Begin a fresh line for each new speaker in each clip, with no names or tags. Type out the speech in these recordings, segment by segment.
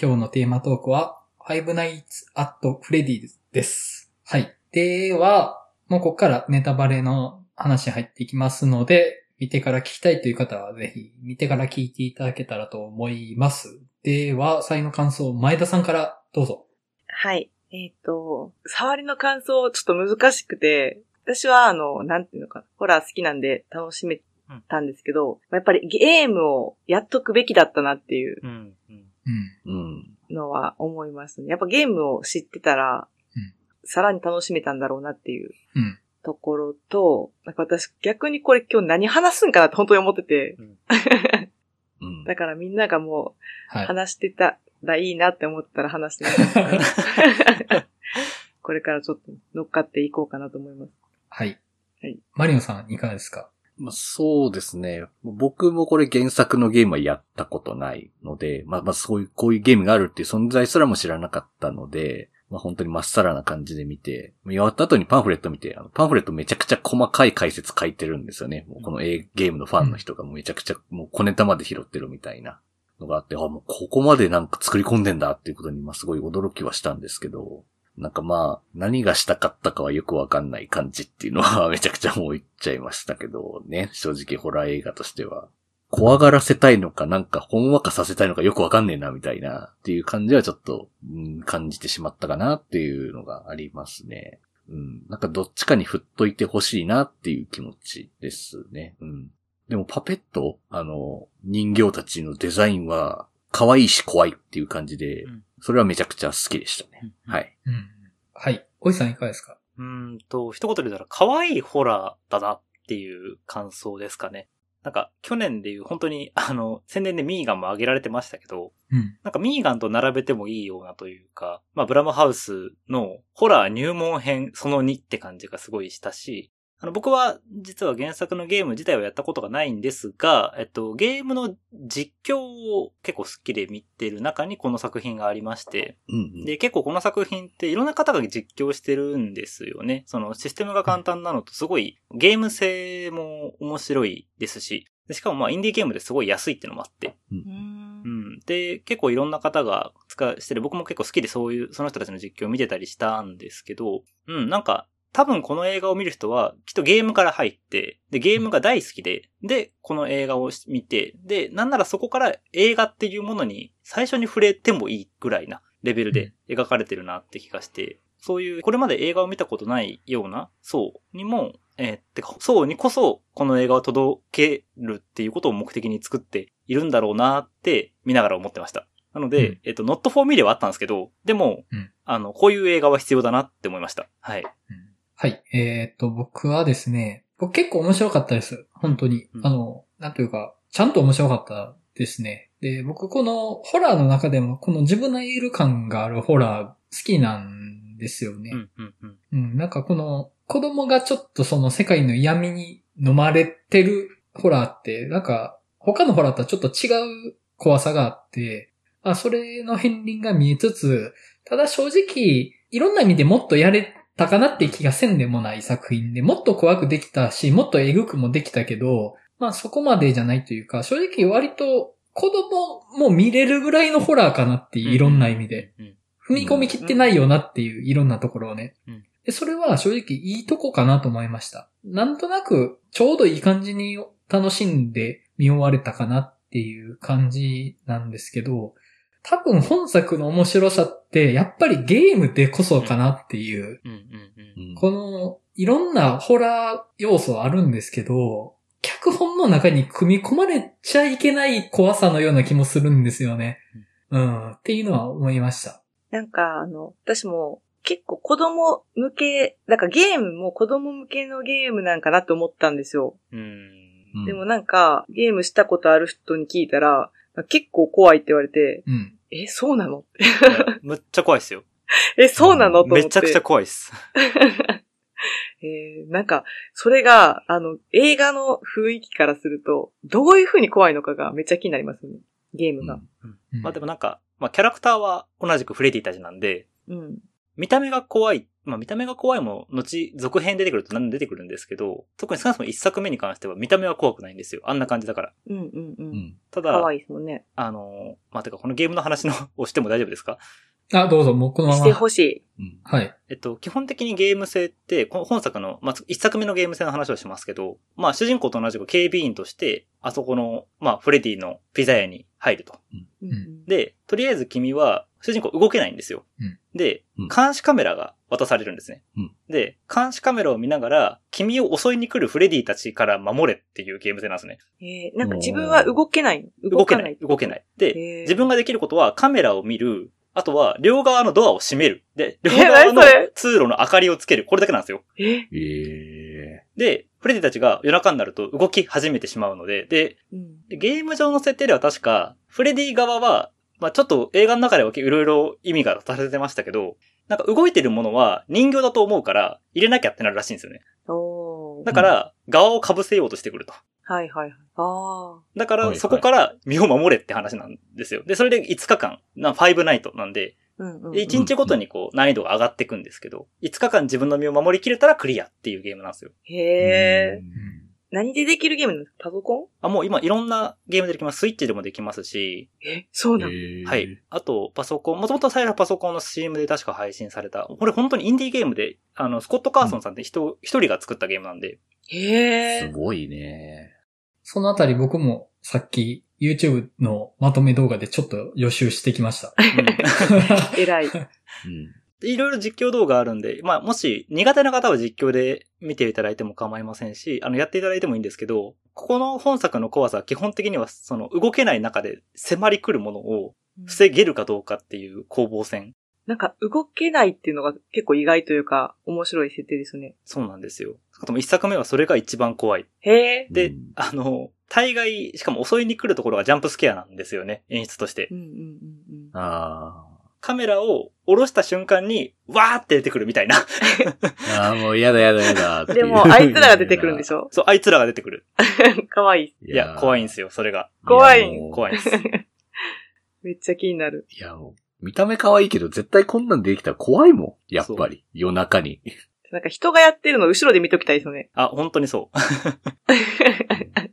今日のテーマトークは、Five Nights at Freddy's です。はい。では、もうここからネタバレの話に入っていきますので、見てから聞きたいという方はぜひ、見てから聞いていただけたらと思います。では、最後の感想、前田さんからどうぞ。
はい。えっ、と、触りの感想、ちょっと難しくて、私は、あの、なんていうのかな、ホラー好きなんで楽しめたんですけど、やっぱりゲームをやっとくべきだったなっていう
うん。うん。
うん。
うん。
のは思いますね。やっぱゲームを知ってたら、
うん
さらに楽しめたんだろうなっていう
うん
ところと、なんか私逆にこれ今日何話すんかなって本当に思ってて、
うん。
だからみんながもう
はい。
話してたらいいなって思ったら話してなかったからこれからちょっと乗っかっていこうかなと思います。
はい。
はい
マリオさん、いかがですか
まあ、そうですね。僕もこれ原作のゲームはやったことないので、まあまあそういう、こういうゲームがあるっていう存在すらも知らなかったので、まあ本当にまっさらな感じで見て、見終わった後にパンフレット見て、あのパンフレットめちゃくちゃ細かい解説書いてるんですよね。もうこの A ゲームのファンの人がめちゃくちゃもう小ネタまで拾ってるみたいなのがあって、あ、もうここまでなんか作り込んでんだっていうことに、まあすごい驚きはしたんですけど、なんかまあ、何がしたかったかはよくわかんない感じっていうのはめちゃくちゃもう言っちゃいましたけどね。正直ホラー映画としては。怖がらせたいのか、なんかほんわかさせたいのかよくわかんねえな、みたいな、っていう感じはちょっと、うん、感じてしまったかなっていうのがありますね。うん。なんかどっちかに振っといてほしいなっていう気持ちですね。うん。でもパペット、あの、人形たちのデザインは、可愛いし怖いっていう感じで
うん、。
それはめちゃくちゃ好きでしたね。はいい。
うん。はい。おじさん、いかがですか
うーんと、一言で言ったら、可愛いホラーだなっていう感想ですかね。なんか、去年でいう、本当に、あの、宣伝でミーガンも挙げられてましたけど、
うん。
なんかミーガンと並べてもいいようなというか、まあブラムハウスのホラー入門編その2って感じがすごいしたし、あの僕は実は原作のゲーム自体はやったことがないんですが、えっと、ゲームの実況を結構好きで見てる中にこの作品がありまして、
うんうん。
で、結構この作品っていろんな方が実況してるんですよね。そのシステムが簡単なのとすごいゲーム性も面白いですし、でしかもまあインディーゲームですごい安いってのもあって、うん。で、結構いろんな方が使してる、僕も結構好きでそういう、その人たちの実況を見てたりしたんですけど、うん、なんか、多分この映画を見る人は、きっとゲームから入って、で、ゲームが大好きで、で、この映画を見て、で、なんならそこから映画っていうものに最初に触れてもいいぐらいなレベルで描かれてるなって気がして、そういう、これまで映画を見たことないような層にも、えーってか、層にこそ、この映画を届けるっていうことを目的に作っているんだろうなって、見ながら思ってました。なので、
うん
えっと、not for me ではあったんですけど、でも、
うん
あの、こういう映画は必要だなって思いました。はい。
うんはい。えっ、と、僕はですね、僕結構面白かったです。本当に。
うん
あの、なんというか、ちゃんと面白かったですね。で、僕このホラーの中でも、この自分のいる感があるホラー好きなんですよね。
うん、うん、うん。
うん、なんかこの、子供がちょっとその世界の闇に飲まれてるホラーって、なんか、他のホラーとはちょっと違う怖さがあって、まあ、それの片鱗が見えつつ、ただ正直、いろんな意味でもっとやれたかなって気がせんでもない作品で、もっと怖くできたし、もっとえぐくもできたけど、まあそこまでじゃないというか、正直割と子供も見れるぐらいのホラーかなっていう、いろんな意味で。
うん。
踏み込み切ってないよなっていういろんなところをね
うん。
で、それは正直いいとこかなと思いました。なんとなくちょうどいい感じに楽しんで見終われたかなっていう感じなんですけど、多分本作の面白さってやっぱりゲームでこそかなっていう
うん、うん、うん
う。ん
この、いろんなホラー要素あるんですけど、脚本の中に組み込まれちゃいけない怖さのような気もするんですよね。うん。っていうのは思いました。
なんか、あの、私も結構子供向け、なんかゲームも子供向けのゲームなんかなと思ったんですよ。
うん。
うん
でもなんか、ゲームしたことある人に聞いたら、結構怖いって言われて、
うん。
え、そうなの
むっちゃ怖いですよ。
え、そうなのと思って。
めちゃくちゃ怖いです。
えーなんか、それが、あの、映画の雰囲気からすると、どういう風に怖いのかがめっちゃ気になりますね。ゲームが。
うん
まあでもなんか、まあキャラクターは同じくフレディたちなんで、
うん。
見た目が怖い、まあ見た目が怖いも、後、続編出てくると何で出てくるんですけど、特に少なくとも一作目に関しては見た目は怖くないんですよ。あんな感じだから。
うんうんう。
うんん。
た
か
だ、
わいいですもんね。
あの、まあ、てかこのゲームの話の をしても大丈夫ですか
あ、どうぞ、もうこのま
して
ま。
ほしい。
うん。
はい。
えっと、基本的にゲーム性って、この本作の、まあ、一作目のゲーム性の話をしますけど、まあ、主人公と同じく警備員として、あそこの、まあ、フレディのピザ屋に入ると。
うんうん
で、とりあえず君は、主人公動けないんですよ。
うん
で
うん、
監視カメラが渡されるんですね。
うん
で、監視カメラを見ながら、君を襲いに来るフレディたちから守れっていうゲーム性なんですね。
えーなんか自分は動けない。動
動け
か
な
ないい。。
動けない。で、
えー
自分ができることはカメラを見る、あとは両側のドアを閉める。で、両
え
側の
何それ
通路の明かりをつける。これだけなんですよ。
え
ええ
で、フレディたちが夜中になると動き始めてしまうので、で、
うん
でゲーム上の設定では確か、フレディ側は、まあちょっと映画の中ではいろいろ意味が出されてましたけど、なんか動いてるものは人形だと思うから入れなきゃってなるらしいんですよね。
おー
だから、側を被せようとしてくると。
はいはいはい。あ
だか
はいは
ら、
い
そこから身を守れって話なんですよ。で、それで5日間、なファイブナイトなんで、
あ。うんうんうん。
で1日ごとにこう難易度が上がっていくんですけど、5日間自分の身を守りきれたらクリアっていうゲームなんですよ。
へえ。
うん
何でできるゲームなのパソコン
あ、もう今いろんなゲームでできます。スイッチでもできますし、
え、そうなの
ええ
はい。。あと、パソコン。もともと最初はパソコンの CM で確か配信された。これ本当にインディーゲームで、あの、スコット・カーソンさんって人、一、人が作ったゲームなんで。
へ
す
え。
ごいね。
そのあたり僕もさっき YouTube のまとめ動画でちょっと予習してきま した。
偉い。
うん。
いろいろ実況動画あるんで、まあ、もし苦手な方は実況で見ていただいても構いませんし、あの、やっていただいてもいいんですけど、ここの本作の怖さは基本的には、その、動けない中で迫り来るものを防げるかどうかっていう攻防戦。
なんか動けないっていうのが結構意外というか面白い設定ですね。
そうなんですよ。あとも一作目はそれが一番怖い。
へえ。
で、
うん
あの、大概、しかも襲いに来るところがジャンプスケアなんですよね、演出として
う。んうんうんうん。
ああ。
カメラを下ろした瞬間に、わーって出てくるみたいな。
ああ、もうやだやだやだっていう。。
でも、あいつらが出てくるんでしょ
そう、あいつらが出てくる。
かわいい。
いや、怖いんですすよ、それが。
怖い
やもう
怖いです。
めっちゃ気になる。
いや、もう、見た目可愛いけど、絶対こんなんできたら怖いもん。やっぱり。夜 中に。
なんか人がやってるの後ろで見ときたいですよね。
あ、本当にそう。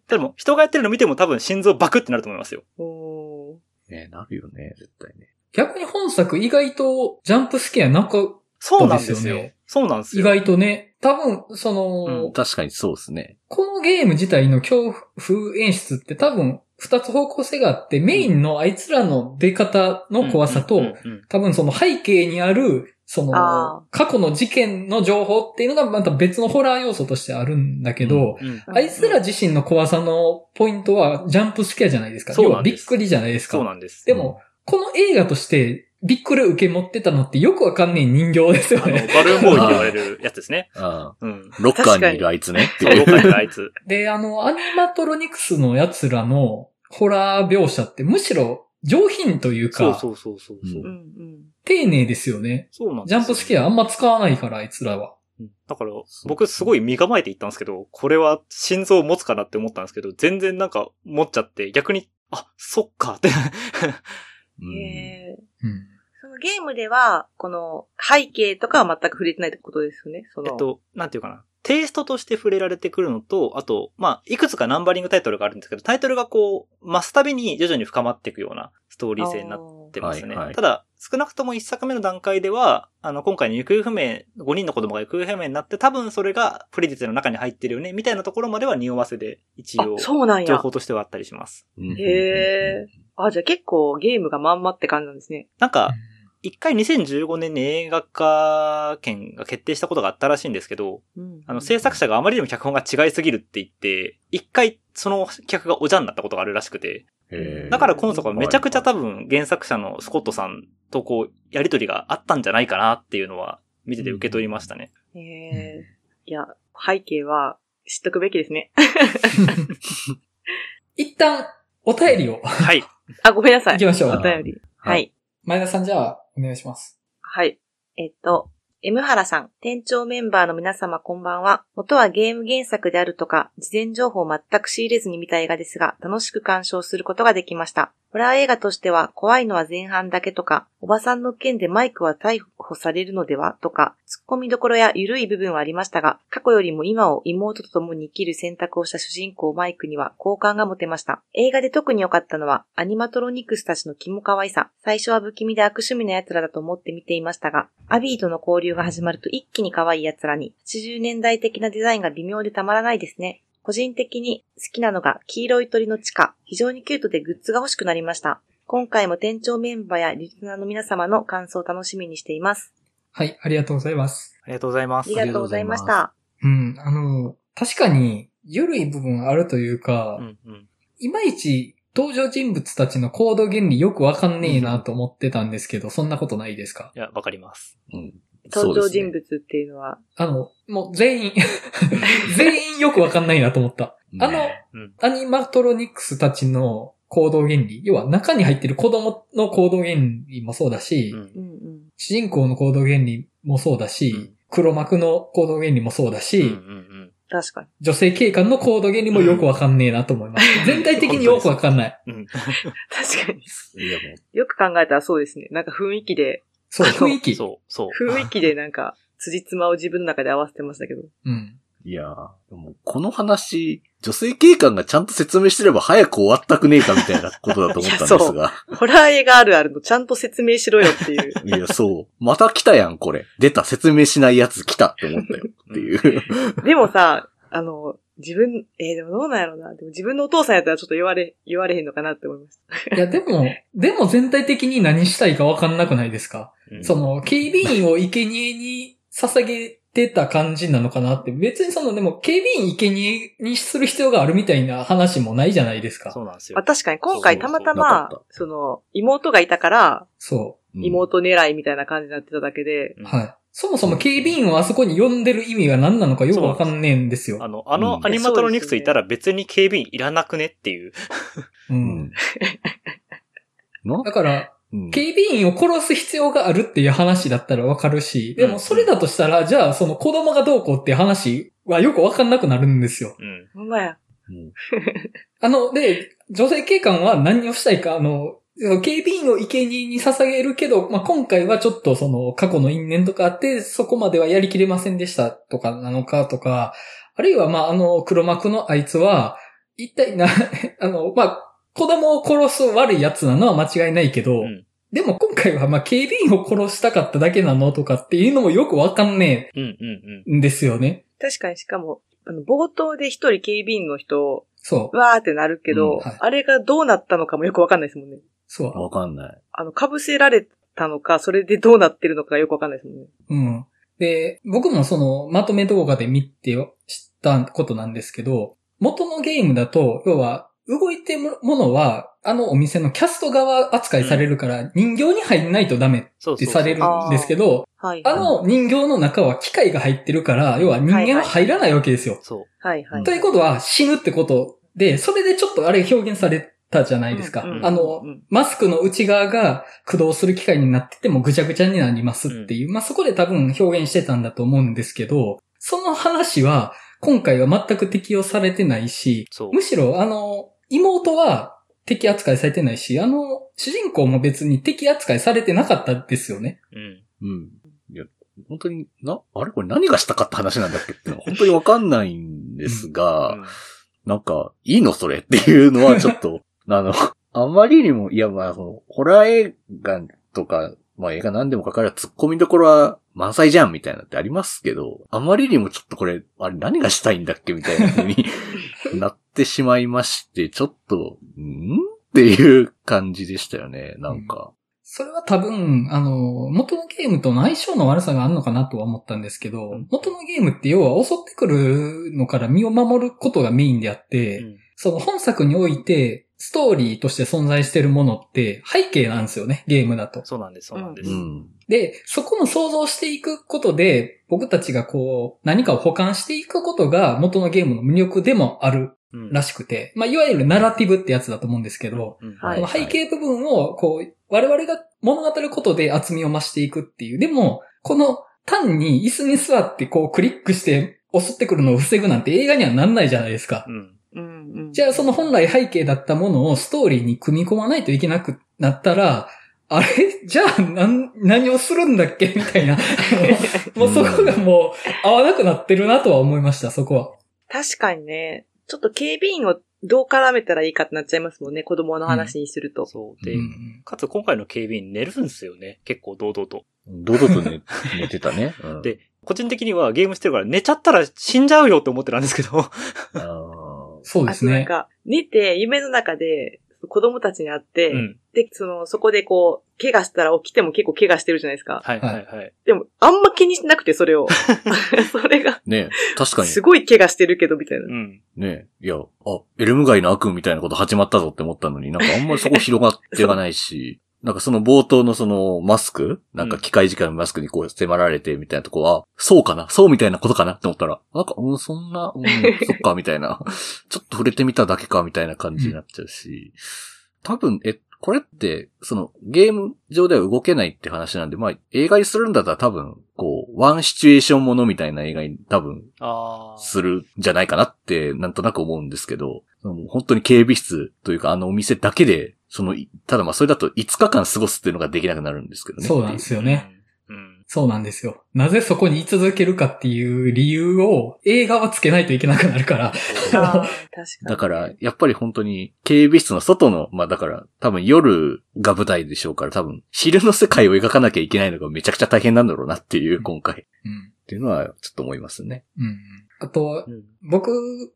でも、人がやってるの見ても多分心臓バクってなると思いますよ。
おー。
ね、なるよね、絶対ね。
逆に本作意外とジャンプスケアなんか
そうなんですよ。
そう
そ
で
う,、
すよね
なんです
意
よ。
外とね、多分その、
うん
確かにそうですね。
このゲーム自体の恐怖演出って多分二つ方向性があって、メインのあいつらの出方の怖さと、
うんうんうん
多分その背景にある、そ
あ
の、過去の事件の情報っていうのがまた別のホラー要素としてあるんだけど、
うんうん
あいつら自身の怖さのポイントはジャンプスケアじゃないですか。
そう
要
な
は
ん
び
で
っ
す
くりじゃないですか。
そうなんです。
でも、この映画としてびっくり受け持ってたのってよくわかんねえ人形ですよ
あの、
ね。
バルーンボーイって言われるやつですね。
あ
うん。
あロッカーにいるあいつねって
そう、
い
ど
う
っ。かにいるあいつ。
で、あの、アニマトロニクスの奴らのホラー描写ってむしろ上品という
そう
か、
そうそうそうそう。
うんん
丁寧ですよね。
そうなんです
ジ
よ
ャンプスケアあんま使わないから、あいつらは。
うんだから
そ、う
僕すごい身構えていったんですけど、これは心臓を持つかなって思ったんですけど、全然なんか持っちゃって、逆に、あ、そっかって。
う
うん。
ん
へえ。
うん。
そのゲームでは、この背景とかは全く触れてないってことですよね。その。
えっと、なんていうかな。テイストとして触れられてくるのと、あと、まあ、いくつかナンバリングタイトルがあるんですけど、タイトルがこう、増すたびに徐々に深まっていくようなストーリー性になっ
あー
ってますね。
はいはい
ただ、少なくとも一作目の段階では、あの、今回の行方不明、5人の子供が行方不明になって、多分それがプレディテの中に入ってるよね、みたいなところまでは匂わせで、一
あ
応、、
そうなん
情
や。
報としてはあったりします。
うん。
へえ。あ、じゃあ結構ゲームがまんまって感じなんですね。
なんか、一回2015年に映画化権が決定したことがあったらしいんですけど、
うん。
あの、制作者があまりにも脚本が違いすぎるって言って、一回その客がおじゃんになったことがあるらしくて、
へえ
だから今作はめちゃくちゃ多分原作者のスコットさんとこう、やりとりがあったんじゃないかなっていうのは、見てて受け取りましたね。
ええいや、背景は知っとくべきですね。
一旦、お便りを
はい。
あ、ごめんなさ
行き
い。
ましょ
あ
お
う。
便り。
は
はいい。
前田さんじゃあ、お願いします。
はい。えっと、M 原さん、店長メンバーの皆様こんばんは。元はゲーム原作であるとか、事前情報を全く仕入れずに見た映画ですが、楽しく鑑賞することができました。ホラー映画としては怖いのは前半だけとか、おばさんの件でマイクは逮捕されるのではとか、突っ込みどころや緩い部分はありましたが、過去よりも今を妹と共に生きる選択をした主人公マイクには好感が持てました。映画で特に良かったのは、アニマトロニクスたちの気も可愛さ。最初は不気味で悪趣味な奴らだと思って見ていましたが、アビーとの交流が始まると一気に可愛い奴らに、80年代的なデザインが微妙でたまらないですね。個人的に好きなのが黄色い鳥の地下。非常にキュートでグッズが欲しくなりました。今回も店長メンバーやリスナーの皆様の感想を楽しみにしています。
はい、ありがとうございます。
ありがとうございま
あ
す
り。がとうございまし
あり
た。
うん、あの、確かに、緩い部分あるというか、
うんうん。
いまいち登場人物たちの行動原理よくわかんねえなと思ってたんですけど、そんなことないですか
いや、わかります。
うん。
登場
そうです
人
ね
物っていうのは、
あの、もう全員、 全員よくわかんないなと思った。あの、
うん。
アニマトロニクスたちの行動原理、要は中に入ってる子供の行動原理もそうだし、
う。
うんんうん。
主人公の行動原理もそうだし、
うん
黒幕の行動原理もそうだし、
うんうん
確かに。
女性警官の行動原理もよくわかんねえなと思います。全体的によくわかんない。
うん。うん。
確かに。
いやもう
よく考えたらそうですね。なんか雰囲気で、
そう、雰囲気。
そう、そう。
雰囲気でなんか、辻褄を自分の中で合わせてましたけ ど。
うん。
いやーもうこの話、女性警官がちゃんと説明してれば早く終わったくねえかみたいなことだと思った んですが。
ホラー映画あるあるのちゃんと説明しろよっていう。
いや、そう。また来たやん、これ。出た、説明しないやつ来たって思ったよ。っていう。
でもさ、あの、自分、えーでもどうなんやろうな。でも自分のお父さんやったらちょっと言われ、言われへんのかなって思いました。
いや、でも、でも全体的に何したいかわかんなくないですか、
うん
その、警備員を生贄に捧げてた感じなのかなって。別にその、でも、警備員生贄にする必要があるみたいな話もないじゃないですか。
そ
そう。
うなんですよ
まあ。確かに今回たまたま、
そうそうそうなか
その、妹がいたから、妹狙いみたいな感じになってただけで、
うん
はい。そもそも警備員をあそこに呼んでる意味が何なのかよくわかんねえんです
あ
よ。
の、あの
うん
アニマトロニクスいたら別に警備員いらなくねっていう。
う
うんん。。な
だから、
うん
警備員を殺す必要があるっていう話だったらわかるし、で
う
も
ん
それだとしたら、じゃあその子供がどうこうっていう話はよくわかんなくなるんですよ。
うん。
ほんまや。
うん
あの、で、女性警官は何をしたいか、あの、警備員を生贄に捧げるけど、まあ、今回はちょっとその過去の因縁とかあって、そこまではやりきれませんでしたとかなのかとか、あるいはまあ、あの、黒幕のあいつは、一体な、 あの、まあ、子供を殺す悪い奴なのは間違いないけど、
うん
でも今回はまあ、警備員を殺したかっただけなのとかっていうのもよくわかんね
うんうん
えんですよね。
確かにしかも、あの、冒頭で一人警備員の人、
そう。
わーってなるけど、
うん
はい
あれがどうなったのかもよくわかんないですもんね。
そう。
わかんない。
あの、被せられたのか、それでどうなってるのかよくわかんないですもんね。
うん。で、僕もその、まとめ動画で見て知ったことなんですけど、元のゲームだと、要は、動いてるものは、あのお店のキャスト側扱いされるから、人形に入んないとダメっ
そう
て
そうそ
さ
う。
れるんですけど、
はい。
あの人形の中は機械が入ってるから、要は人間は入らないわけですよ。
そ
はいはい。
ということは、死ぬってことで、それでちょっとあれ表現されたじゃないですか。
うんうんうん
あの
うん、
マスクの内側が駆動する機械になっててもぐちゃぐちゃになりますっていう、まあそこで多分表現してたんだと思うんですけど、その話は今回は全く適用されてないし、
う。そう。
むしろあの、妹は敵扱いされてないし、あの、主人公も別に敵扱いされてなかったですよね。
うん。
うん。いや、本当に、な、あれこれ何がしたかった話なんだっけってのは本当にわかんないんですが、
うん
なんか、いいのそれっていうのはちょっと、 あの、あまりにも、いやまあ、その、ホラー映画とか、まあ映画何でもかかれば突っ込みどころは満載じゃんみたいなのってありますけど、あまりにもちょっとこれ、あれ何がしたいんだっけみたいな風に なってしまいまして、ちょっと、んっていう感じでしたよね、なんか。
それは多分、あの、元のゲームとの相性の悪さがあるのかなとは思ったんですけど、
うん
元のゲームって要は襲ってくるのから身を守ることがメインであって、
うん
その本作において、ストーリーとして存在してるものって背景なんですよね、ゲームだと。
そうなんです、そうなんで
う
す。
ん。
で、そこも想像していくことで、僕たちがこう、何かを補完していくことが元のゲームの魅力でもある
うん
らしくて、まあ、いわゆるナラティブってやつだと思うんですけど、
うん
はい
この背景部分を、こう、我々が物語ることで厚みを増していくっていう。でも、この単に椅子に座ってこうクリックして襲ってくるのを防ぐなんて映画にはなんないじゃないですか
う。ん。
うんうん。
じゃあその本来背景だったものをストーリーに組み込まないといけなくなったら、あれ じゃあ、なん、何をするんだっけ みたいな。もうそこがもう合わなくなってるなとは思いました、そこは。
確かにね、ちょっと警備員をどう絡めたらいいかってなっちゃいますもんね、子供の話にすると。
そう。
う
で、
うん
かつ今回の警備員寝るんですよね。結構堂々と。
堂々と寝寝てたね。うん
で個人的にはゲームしてるから寝ちゃったら死んじゃうよって思ってたんですけど。
あー
そうで
あ
す
となん
ね。
か、寝て、夢の中で、子供たちに会って、
うん。
で、その、そこでこう、怪我したら起きても結構怪我してるじゃないですか。
はいはいはい。
でも、あんま気にしなくて、それを。それが、
ね確かに。
すごい怪我してるけど、みたいな。
うん。
ねいや、あ、エルム街の悪夢みたいなこと始まったぞって思ったのに、なんかあんまりそこ広がってがないし、なんかその冒頭のそのマスクなんか機械時間のマスクにこう迫られてみたいなとこは、そうかなそうみたいなことかなって思ったら、なんか、うん、そんな、うん、そっか、みたいな。ちょっと触れてみただけか、みたいな感じになっちゃうし、多分、え、これって、その、ゲーム上では動けないって話なんで、まあ、映画にするんだったら多分、こう、ワンシチュエーションものみたいな映画に多分
ああ。
するんじゃないかなって、なんとなく思うんですけど、もう本当に警備室というか、あのお店だけで、その、いただまあそれだと5日間過ごすっていうのができなくなるんですけどね。
そうなんですよね。
うん。うん。
そうなんですよ。なぜそこに居続けるかっていう理由を映画はつけないといけなくなるから。
あ ー確かに。
だから、やっぱり本当に、警備室の外の、まあだから、多分夜が舞台でしょうから、多分、昼の世界を描かなきゃいけないのがめちゃくちゃ大変なんだろうなっていう、今回。っ
うん。
ていうのは、ちょっと思いますね。
うん。あと
う、ん
僕、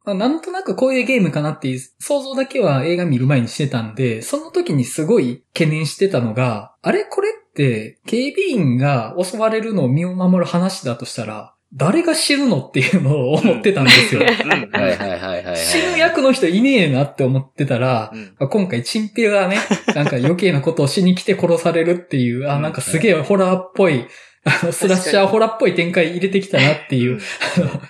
まあなんとなくこういうゲームかなっていう想像だけは映画見る前にしてたんで、その時にすごい懸念してたのが、あれこれって警備員が襲われるのを身を守る話だとしたら、誰が死ぬのっていうのを思ってたんです よ。
うん
はいはいはいはい、はい。
死ぬ役の人いねえなって思ってたら、
うん
まあ今回、チンピラがね、なんか余計なことをしに来て殺されるっていう、あ、なんかすげえホラーっぽい、あの、スラッシャーホラーっぽい展開入れてきたなっていう。あの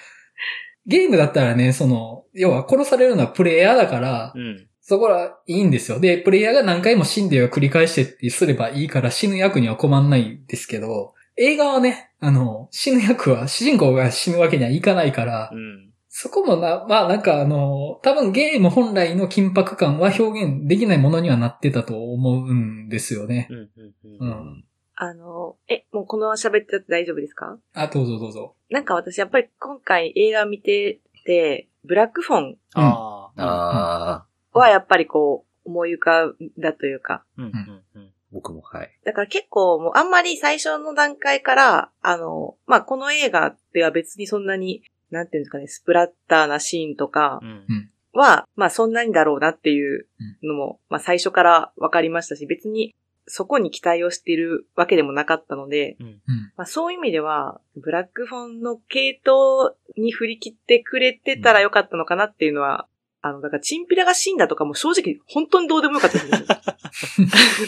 ゲームだったらね、その、要は殺されるのはプレイヤーだから、
うん。
そこはいいんですよ。で、プレイヤーが何回も死んでは繰り返してってすればいいから死ぬ役には困んないんですけど、映画はね、あの、死ぬ役は、主人公が死ぬわけにはいかないから、
うん。
そこもな、まあなんかあの、多分ゲーム本来の緊迫感は表現できないものにはなってたと思うんですよね
う。ん。うん
う。
うんん。
あの、え、もうこのまま喋っちゃって大丈夫ですか
あ、どうぞどうぞ。
なんか私やっぱり今回映画見てて、ブラックフォン
ああ。
ああ、
はやっぱりこう、思い浮かんだというか。
うん。うん。うん。
僕もはい。
だから結構もうあんまり最初の段階から、あの、まあ、この映画では別にそんなに、なんていうんですかね、スプラッターなシーンとか
うん
は、まあ、そんなにだろうなっていうのも、まあ、最初から分かりましたし、別にそこに期待をしているわけでもなかったので、
うん。
まあ、そういう意味では、ブラックフォンの系統に振り切ってくれてたらよかったのかなっていうのは、あの、だから、チンピラが死んだとかも正直、本当にどうでもよかったで す。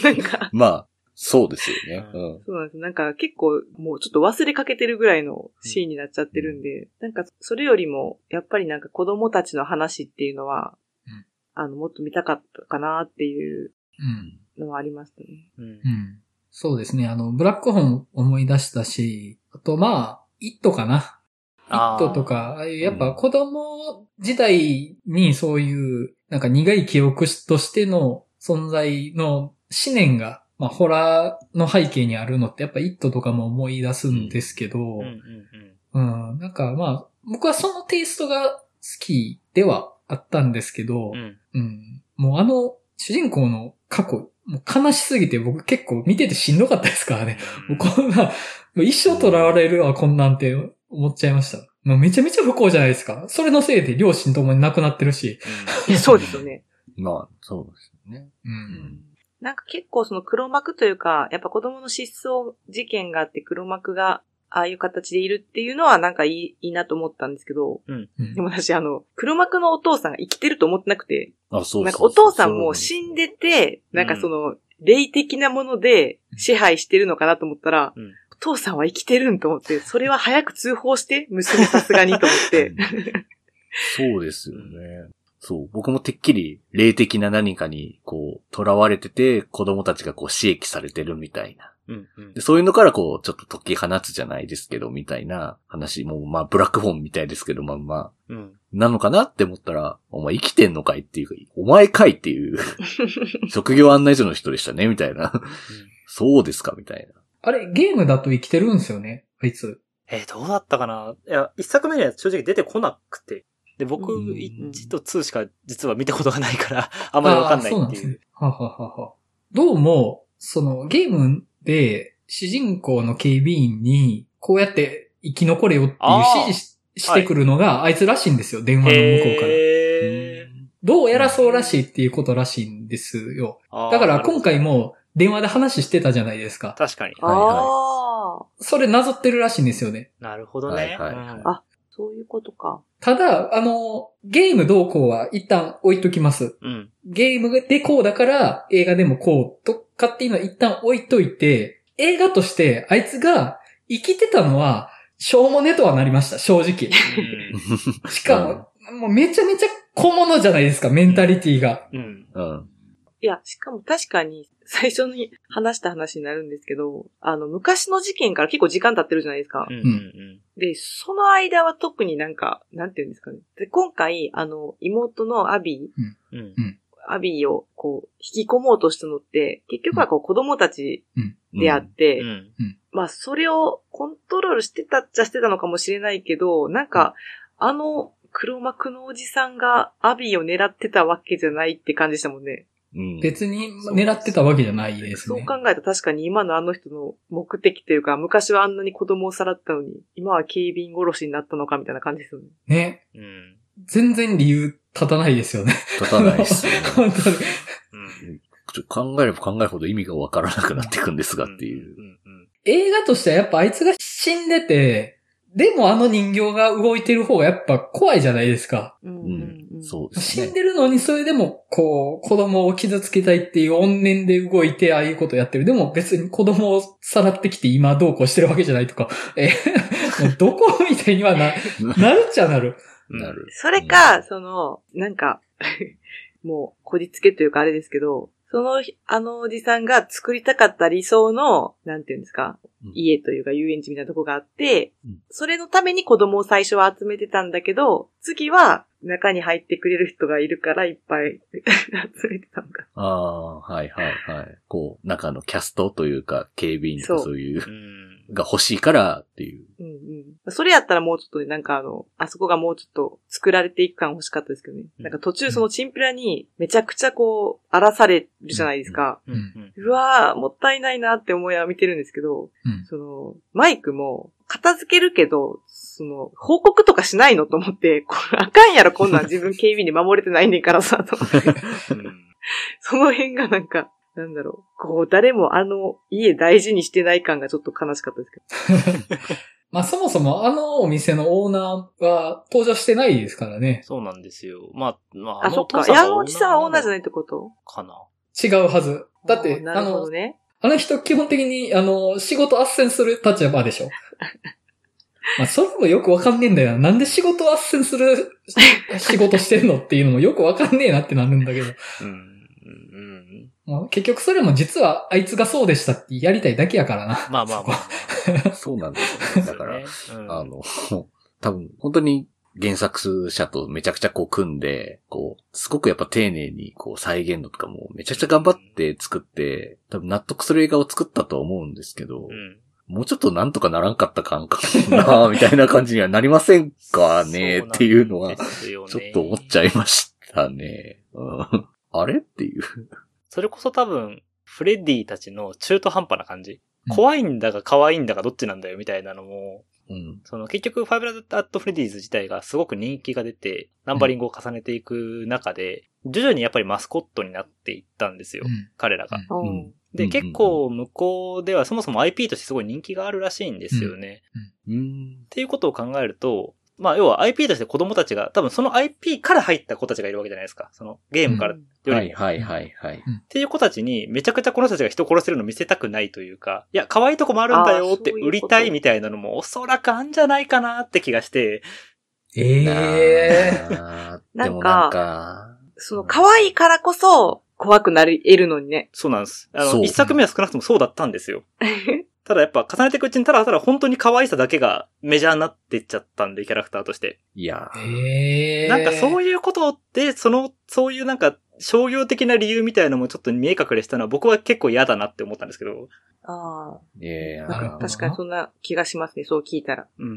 なんか、
まあ、そうですよね。
う
うん。
そうなんです。なんか結構もうちょっと忘れかけてるぐらいのシーンになっちゃってるんで、なんかそれよりも、やっぱりなんか子供たちの話っていうのは、
うん
あの、もっと見たかったかなっていう
うん。
のはありましたね。
うん
う。ん。そうですね。あの、ブラックホン思い出したし、あとまあ、イットかな。イ
あ
ッ
ー
トとか、ああいうやっ
う
ぱ
ん
子供時代にそういう、なんか苦い記憶としての存在の思念が、まあ、ホラーの背景にあるのって、やっぱイットとかも思い出すんですけど、
うん。うん。
うん、なんかまあ、僕はそのテイストが好きではあったんですけど
う、ん。
うん、もうあの、主人公の過去、もう悲しすぎて僕結構見ててしんどかったですからね。もうこんな、もう一生囚われるわ、こんなんって思っちゃいました。もうめちゃめちゃ不幸じゃないですか。それのせいで両親ともに亡くなってるし。
いやそうですよね。
まあ、そうですよね。
う。
うんん。
なんか結構その黒幕というか、やっぱ子供の失踪事件があって黒幕がああいう形でいるっていうのはなんかいいいいなと思ったんですけど、
うん
でも私あの、黒幕のお父さんが生きてると思ってなくて、
あ、そうそうそう
なんかお父さんも死んでて、なんかその、霊的なもので支配してるのかなと思ったら、
うん
お父さんは生きてるんと思って、それは早く通報して、娘さすがにと思って。
うんそうですよね。そう、僕もてっきり霊的な何かにこう、囚われてて、子供たちがこう、刺激されてるみたいな。
うん、うん
で。そういうのからこう、ちょっと解き放つじゃないですけど、みたいな話、もうまあ、ブラックホーンみたいですけど、まあまあ、
うん。
なのかなって思ったら、お前生きてんのかいっていう か、お前かいっ ていう、職業案内所の人でしたね、みたいな。そうですか、みたいな。
あれ、ゲームだと生きてるんですよね、あいつ。
えーどうだったかないや、一作目には正直出てこなくて。で、僕、
うん
1と2しか実は見たことがないから、あんまりわかんない
あーそうん
って
で
い
す
う。
ね。はははは。どうも、そのゲームで主人公の警備員にこうやって生き残れよっていう
あー
指示ししてくるのがあいつらしいんですよ、電話の向こうから。
へー
どうやらそうらしいっていうことらしいんですよ。
あー
だから今回
なる
も電話で話してたじゃないですか
ほど。確かに。
ああ、
それなぞってるらしいんですよね。
なるほど
は
ね
い。はい
うん
あそういうことか。
ただ、あの、ゲームどうこうは一旦置いときます。
うん。
ゲームでこうだから映画でもこうとかっていうのは一旦置いといて、映画としてあいつが生きてたのはしょうもねとはなりました、正直。しかも、もうめちゃめちゃ小物じゃないですか、メンタリティが。
うん。うん。
うん。
いや、しかも確かに、最初に話した話になるんですけど、あの、昔の事件から結構時間経ってるじゃないですか
う。ん。うん
で、その間は特になんか、なんていうんですかね。で、今回、あの、妹のアビー、
うん。うん。
アビーをこう、引き込もうとしたのって、結局はこう、子供たち
うん
であって、
うん。
まあ、それをコントロールしてたっちゃしてたのかもしれないけど、なんか、あの、黒幕のおじさんがアビーを狙ってたわけじゃないって感じでしたもんね。
うん
別に狙ってたわけじゃないです
そう
ね。
考えたら確かに今のあの人の目的というか、昔はあんなに子供をさらったのに、今は警備員殺しになったのかみたいな感じですよね。
ね。
うん。
全然理由立たないですよね。
立たないっすよね
本当に。
うん
ちょ考えれば考えるほど意味がわからなくなっていくんですがっていう。
ん。うん。
映画としてはやっぱあいつが死んでて、でもあの人形が動いてる方がやっぱ怖いじゃないですか。
うん
うん。そうです
死ん
ね。
でるのにそれでも、こう、子供を傷つけたいっていう怨念で動いて、ああいうことやってる。でも別に子供をさらってきて今どうこうしてるわけじゃないとか、 えーもうどこみたいにはな、なるっちゃなる。
うん
な。る。
それか、その、なんか、 もう、こじつけというかあれですけど、その、あのおじさんが作りたかった理想の、なんていうんですか
うん、
家というか遊園地みたいなとこがあって
うん、
それのために子供を最初は集めてたんだけど、次は中に入ってくれる人がいるからいっぱい 集めてたのか。
ああ、はいはいはい。こう、中のキャストというか、警備員とか
そ
そういう
う、ん。
が欲しいからっていう。
うんうん。それやったらもうちょっとね、なんかあの、あそこがもうちょっと作られていく感欲しかったですけどね。
うん
なんか途中そのチンピラにめちゃくちゃこう、荒らされるじゃないですか。
うんうん。
うわー、もったいないなって思いながら見てるんですけど、
うん
その、マイクも、片付けるけど、その、報告とかしないのと思って、これあかんやろ、こんなん自分警備に守れてないねんからさ、と。
うん
その辺がなんか、なんだろう。こう、誰もあの、家大事にしてない感がちょっと悲しかったですけど。
まあそもそもあのお店のオーナーは登場してないですからね。
そうなんですよ。まあ、まあ、
あ、そっか。
の
山内さんは女じゃないいってこと
かな。
違うはず。だっ
あ
て、
ーな
あ
るほ
の
ど、ね。
あの人基本的に、あの、仕事斡旋する立場でしょ。 まあ、それもよくわかんねえんだよな。なんで仕事斡旋する仕事してんのっていうのもよくわかんねえなってなるんだけど。
うん。うん。
もう結局それも実はあいつがそうでしたってやりたいだけやからな。
まあまあまあ。
そうなんですよね。だから、
そうね、うん
あ、の、多分、本当に原作者とめちゃくちゃこう組んで、こう、すごくやっぱ丁寧にこう再現度とかもめちゃくちゃ頑張って作って、多分納得する映画を作ったとは思うんですけど、
うん。
もうちょっとなんとかならんかった感覚なあみたいな感じにはなりま せんかねっていうのは、ち
そうなんですよね
ょっと思っちゃいましたね。うん、あれっていう。
それこそ多分、フレディたちの中途半端な感じ
う。ん
怖いんだか可愛いんだかどっちなんだよみたいなのも、
うん。
その結局ファイブラッドアットフレディーズ自体がすごく人気が出て、ナンバリングを重ねていく中で、徐々にやっぱりマスコットになっていったんですよ、彼らが。
うん
うん
うん
で、
うん
結構向こうではそもそも IP としてすごい人気があるらしいんですよね。
うん
っ。ていうことを考えると、まあ、要は IP として子供たちが、多分その IP から入った子たちがいるわけじゃないですか。そのゲームからよりも。
は
っ
いはいはいはい。
ていう子たちに、めちゃくちゃこの人たちが人を殺せるの見せたくないというか、いや、可愛いとこもあるんだよっ
あーそういう
て
こと
売りたいみたいなのも、おそらくあんじゃないかなって気がして、
ええ
なあ
なんか
でもなんか、
その可愛いからこそ怖くなれるのに ね。
そうなんです。あ
そ
の、
う
一作目は少なくともそうだったんですよ。ただやっぱ重ねていくうちにただただ本当に可愛さだけがメジャーになってっちゃったんで、キャラクターとして。
いやー、
ええ
なんかそう
いう。
いうことで、その、そういうなんか商業的な理由みたいのもちょっと見え隠れしたのは僕は結構嫌だなって思ったんですけど。
あ
ええ
なる
あ、
ほど
確かにそんな気がしますね、そう聞いたら。
う。
うんん。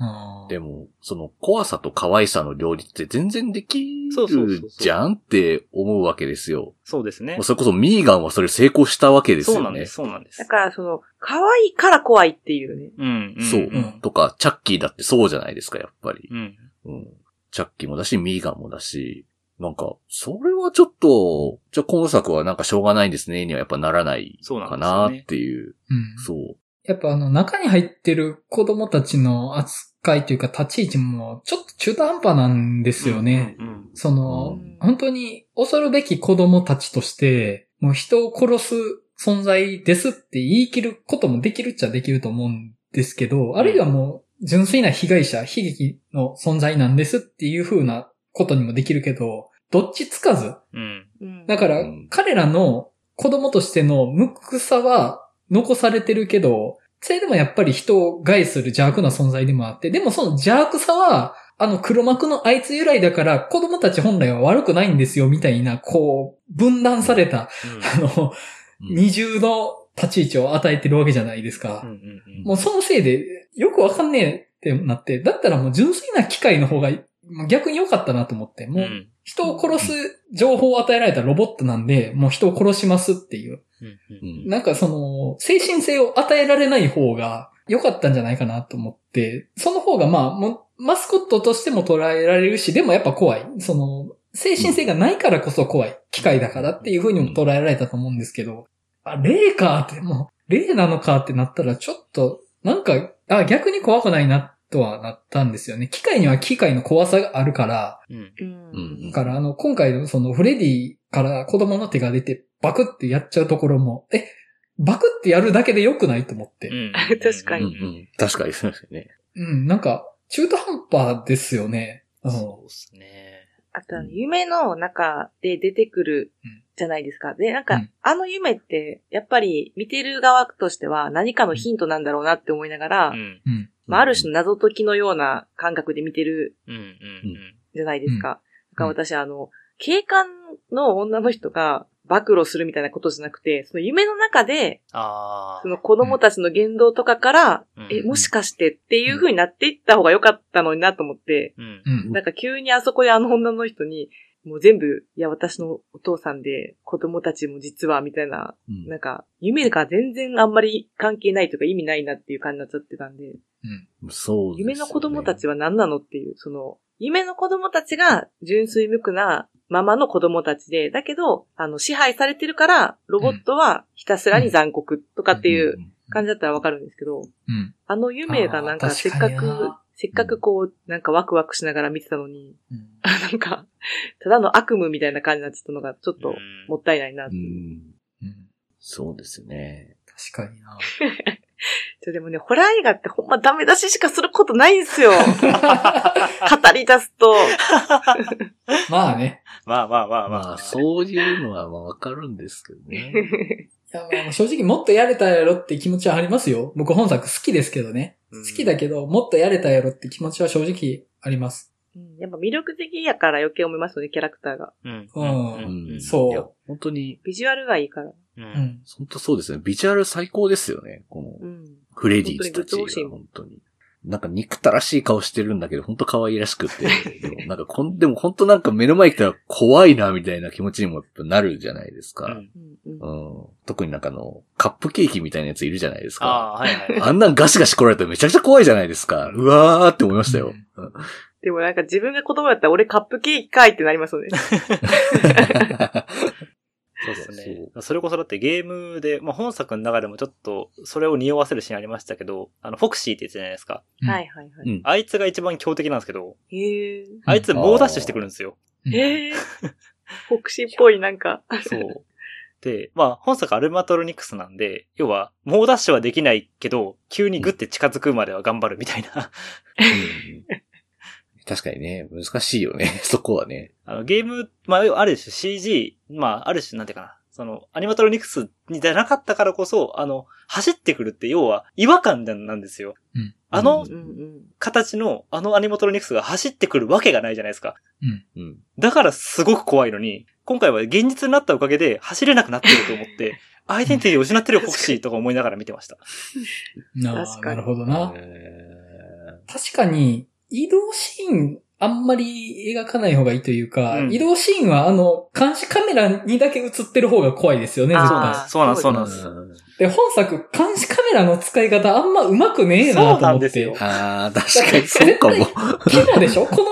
うん
でも、その怖さと可愛さの両立って全然でき
そうそうそうそ
る
う
じゃんって思うわけですよ。
そうですね
もう。それこそミーガンはそれ成功したわけですよ
そ
ね。
うなんです、そうなんです
だ。からその、可愛いから怖いっていうね。
うん。ん
そう
うん。
とか、チャッキーだってそうじゃないですか、やっぱり。
うん。
うん。チャッキーもだし、ミーガンもだし。なんか、それはちょっと、じゃあ今作はなんかしょうがないですね、にはやっぱならない
そうなん
か
ですよ
な
ね
っていう。
うん
そう,、
やっぱあの、中に入ってる子供たちの扱いというか立ち位置も、ちょっと中途半端なんですよね。
うん。うん
その
うん、
本当に恐るべき子供たちとして、もう人を殺す存在ですって言い切ることもできるっちゃできると思うんですけど、あるいはもう純粋な被害者、悲劇の存在なんですっていう風なことにもできるけど、どっちつかず、
うん。
うん
だから
うん、
彼らの子供としての無垢さは残されてるけど、それでもやっぱり人を害する邪悪な存在でもあって、でもその邪悪さは、あの黒幕のあいつ由来だから子供たち本来は悪くないんですよ、みたいな、こう、分断された、あの、
うん
二重の立ち位置を与えてるわけじゃないですか。
うん。うん
もうそのせいで、よくわかんねえってなって、だったらもう純粋な機械の方が逆に良かったなと思って、
う。
もうん人を殺す情報を与えられたロボットなんで、もう人を殺しますっていう。
うん
う
うん
ん
なんかその、精神性を与えられない方が良かったんじゃないかなと思って、その方がまあ、もうマスコットとしても捉えられるし、でもやっぱ怖い。その、精神性がないからこそ怖い。機械だからっていう風にも捉えられたと思うんですけど、あ、霊かって、もう、霊なのかってなったら、ちょっと、なんか、あ、逆に怖くないなとはなったんですよね。機械には機械の怖さがあるから、
うん。
うん
うん
だから、あの、今回のそのフレディから子供の手が出て、バクってやっちゃうところも、え、バクってやるだけで良くないと思って。
うん
確か
うんう
に
ん、確かにそうですよね。
うん、なんか、中途半端ですよね。うん。
そうですね。
あとあの、夢の中で出てくるじゃないですか。で、なん
う
か
ん、
あの夢って、やっぱり見てる側としては何かのヒントなんだろうなって思いながら
う、ん。
うん。
まあ、ある種謎解きのような感覚で見てる
うん。うん。
じゃないですか。だから
うん
私、あの、警官の女の人が暴露するみたいなことじゃなくて、その夢の中で、
ああ。
その子供たちの言動とかから、
うん、
え、もしかしてっていう風になっていった方が良かったのになと思って、
うん。
うん。
なんか急にあそこであの女の人に、もう全部、いや、私のお父さんで、子供たちも実は、みたいな、
うん
なんか、夢が全然あんまり関係ないとか意味ないなっていう感じになっちゃってたんで、
そうですよね
夢の子供たちは何なのっていう、その、夢の子供たちが純粋無垢なままの子供たちで、だけど、あの、支配されてるから、ロボットはひたすらに残酷とかっていう感じだったらわかるんですけ
う
ど、
ん。
あの夢がなん
あ
か
ー
せっか
確かに
く
な、
せっかくこう、なんかワクワクしながら見てたのに、
うん
なんか、ただの悪夢みたいな感じになっちゃったのが、ちょっともったいないなっ
う
て
んう
いう。
ん。
うん。
そうですよね。
確かにな。
ちょでもね、ホラー映画ってほんまダメ出ししかすることないんですよ。語り出すと。
まあね。
まあまあまあまあ。
まあ、そういうのはまあわかるんですけどね。
いや、まあまあ正直もっとやれたやろって気持ちはありますよ。僕本作好きですけどね。
うん
好きだけど、もっとやれたやろって気持ちは正直あります。
うんやっぱ魅力的やから余計思いますよね、キャラクターが。
うん。
うん
うん
そう
いや本当に、
ビジュアルがいいから。
う。
うんん。
本当そうですね。ビジュアル最高ですよね。この
う、ん。
フレディたち
本当にぶっ通しい
が本当に。なんか憎たらしい顔してるんだけど、本当可愛いらしくて。でもなんかこん、でも本当なんか目の前来たら怖いな、みたいな気持ちにもやっぱなるじゃないです
う
か。
ん
うんうん
うん。特になんかあの、カップケーキみたいなやついるじゃないです
あ
か。
あ、はいはい。
あんなんガシガシ来られたらめちゃくちゃ怖いじゃないですか。うわーって思いましたよ。うん
でもなんか自分が子供だったら俺カップケーキかいってなりますよね。
そうですね。それこそだってゲームで、まあ本作の中でもちょっと、それを匂わせるシーンありましたけど、あの、フォクシーって言ってたじゃないですか。
うん
はいはいは
う
い。
ん。
あいつが一番強敵なんですけど、
へえ。
あいつ猛ダッシュしてくるんですよ。
うん
へえ。フォクシーっぽいなんか。
そう。で、まあ本作アルマトロニクスなんで、要は、猛ダッシュはできないけど、急にグッて近づくまでは頑張るみたいな。
確かにね、難しいよね、 そこはね。
あの、ゲーム、まあ、ある種 CG、まあ、ある種、なんていうかな。その、アニマトロニクスにじゃなかったからこそ、あの、走ってくるって要は違和感なんですよ。
うん
あの
う
うんうん。
形の、あのアニマトロニクスが走ってくるわけがないじゃないですか。
うん。
だからすごく怖いのに、今回は現実になったおかげで走れなくなってると思って、アイデンティティを失ってるよ、フォクシーとか思いながら見てました。
なあ
確か
な
に
るほどな。
え
確かに、移動シーン、あんまり描かない方がいいというか、
うん
移動シーンはあの、監視カメラにだけ映ってる方が怖いですよね、絶対
あ。ー
そうなんですそう
ー
なんです。
うん
で、本作、監視カメラの使い方あんま上手くねえなと
そうな
思
ん
っ
です
て
よ。
あー、確かにそうかも。
肝でしょこの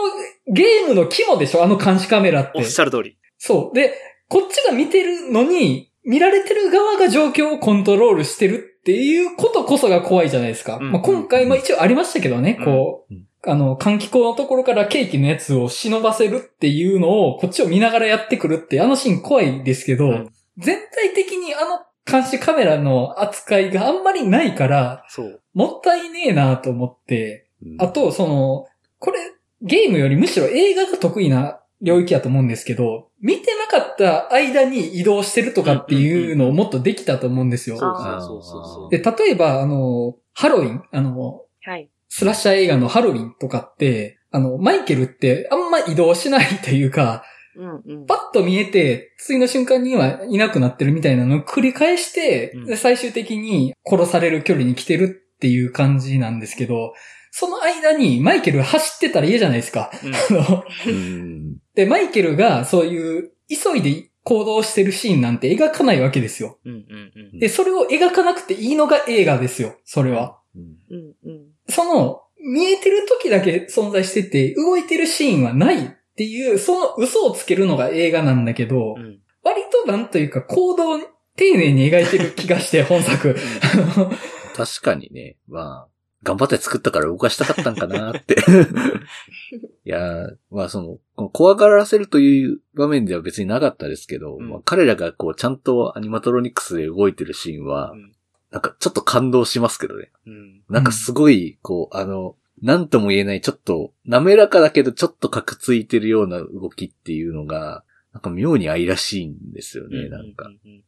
ゲームの肝でしょあの監視カメラって
おっ。しゃる通り。
そう。で、こっちが見てるのに、見られてる側が状況をコントロールしてるっていうことこそが怖いじゃないですか。
うん
まあ、今回も一応ありましたけどね、
うん
こう
うん、
あの、換気口のところからケーキのやつを忍ばせるっていうのを、こっちを見ながらやってくるって、あのシーン怖いですけど、
うん
全体的にあの監視カメラの扱いがあんまりないから、
そう。
もったいねえなと思って、
うん
あ、と、その、これ、ゲームよりむしろ映画が得意な領域やと思うんですけど、見てなかった間に移動してるとかっていうのをもっとできたと思うんですよ。
そう
あー
そうそうそうそう
で、例えば、あの、ハロウィン、あの、
はい。
スラッシャー映画のハロウィンとかって、あの、マイケルってあんま移動しないというか、
うんうん。
パッと見えて、次の瞬間にはいなくなってるみたいなのを繰り返して、
うん
で最終的に殺される距離に来てるっていう感じなんですけど、その間にマイケル走ってたら嫌じゃないですか。
うん
あの
うん。
で、マイケルがそういう急いで行動してるシーンなんて描かないわけですよ。
うんうんうん。
で、それを描かなくていいのが映画ですよ。それは。
うん
うんうん。
その、見えてる時だけ存在してて、動いてるシーンはないっていう、その嘘をつけるのが映画なんだけど、
うん
割となんというか行動を丁寧に描いてる気がして、本作。
確かにね、まあ、頑張って作ったから動かしたかったんか なって。いやーまあその、この怖がらせるという場面では別になかったですけど、
うん
まあ、彼らがこうちゃんとアニマトロニクスで動いてるシーンは、
うん
なんかちょっと感動しますけどね。
うん。
なんかすごい、こう、あの、なんとも言えない、ちょっと、滑らかだけどちょっとかくついてるような動きっていうのが、なんか妙に愛らしいんですよね、なんか
う。ううん。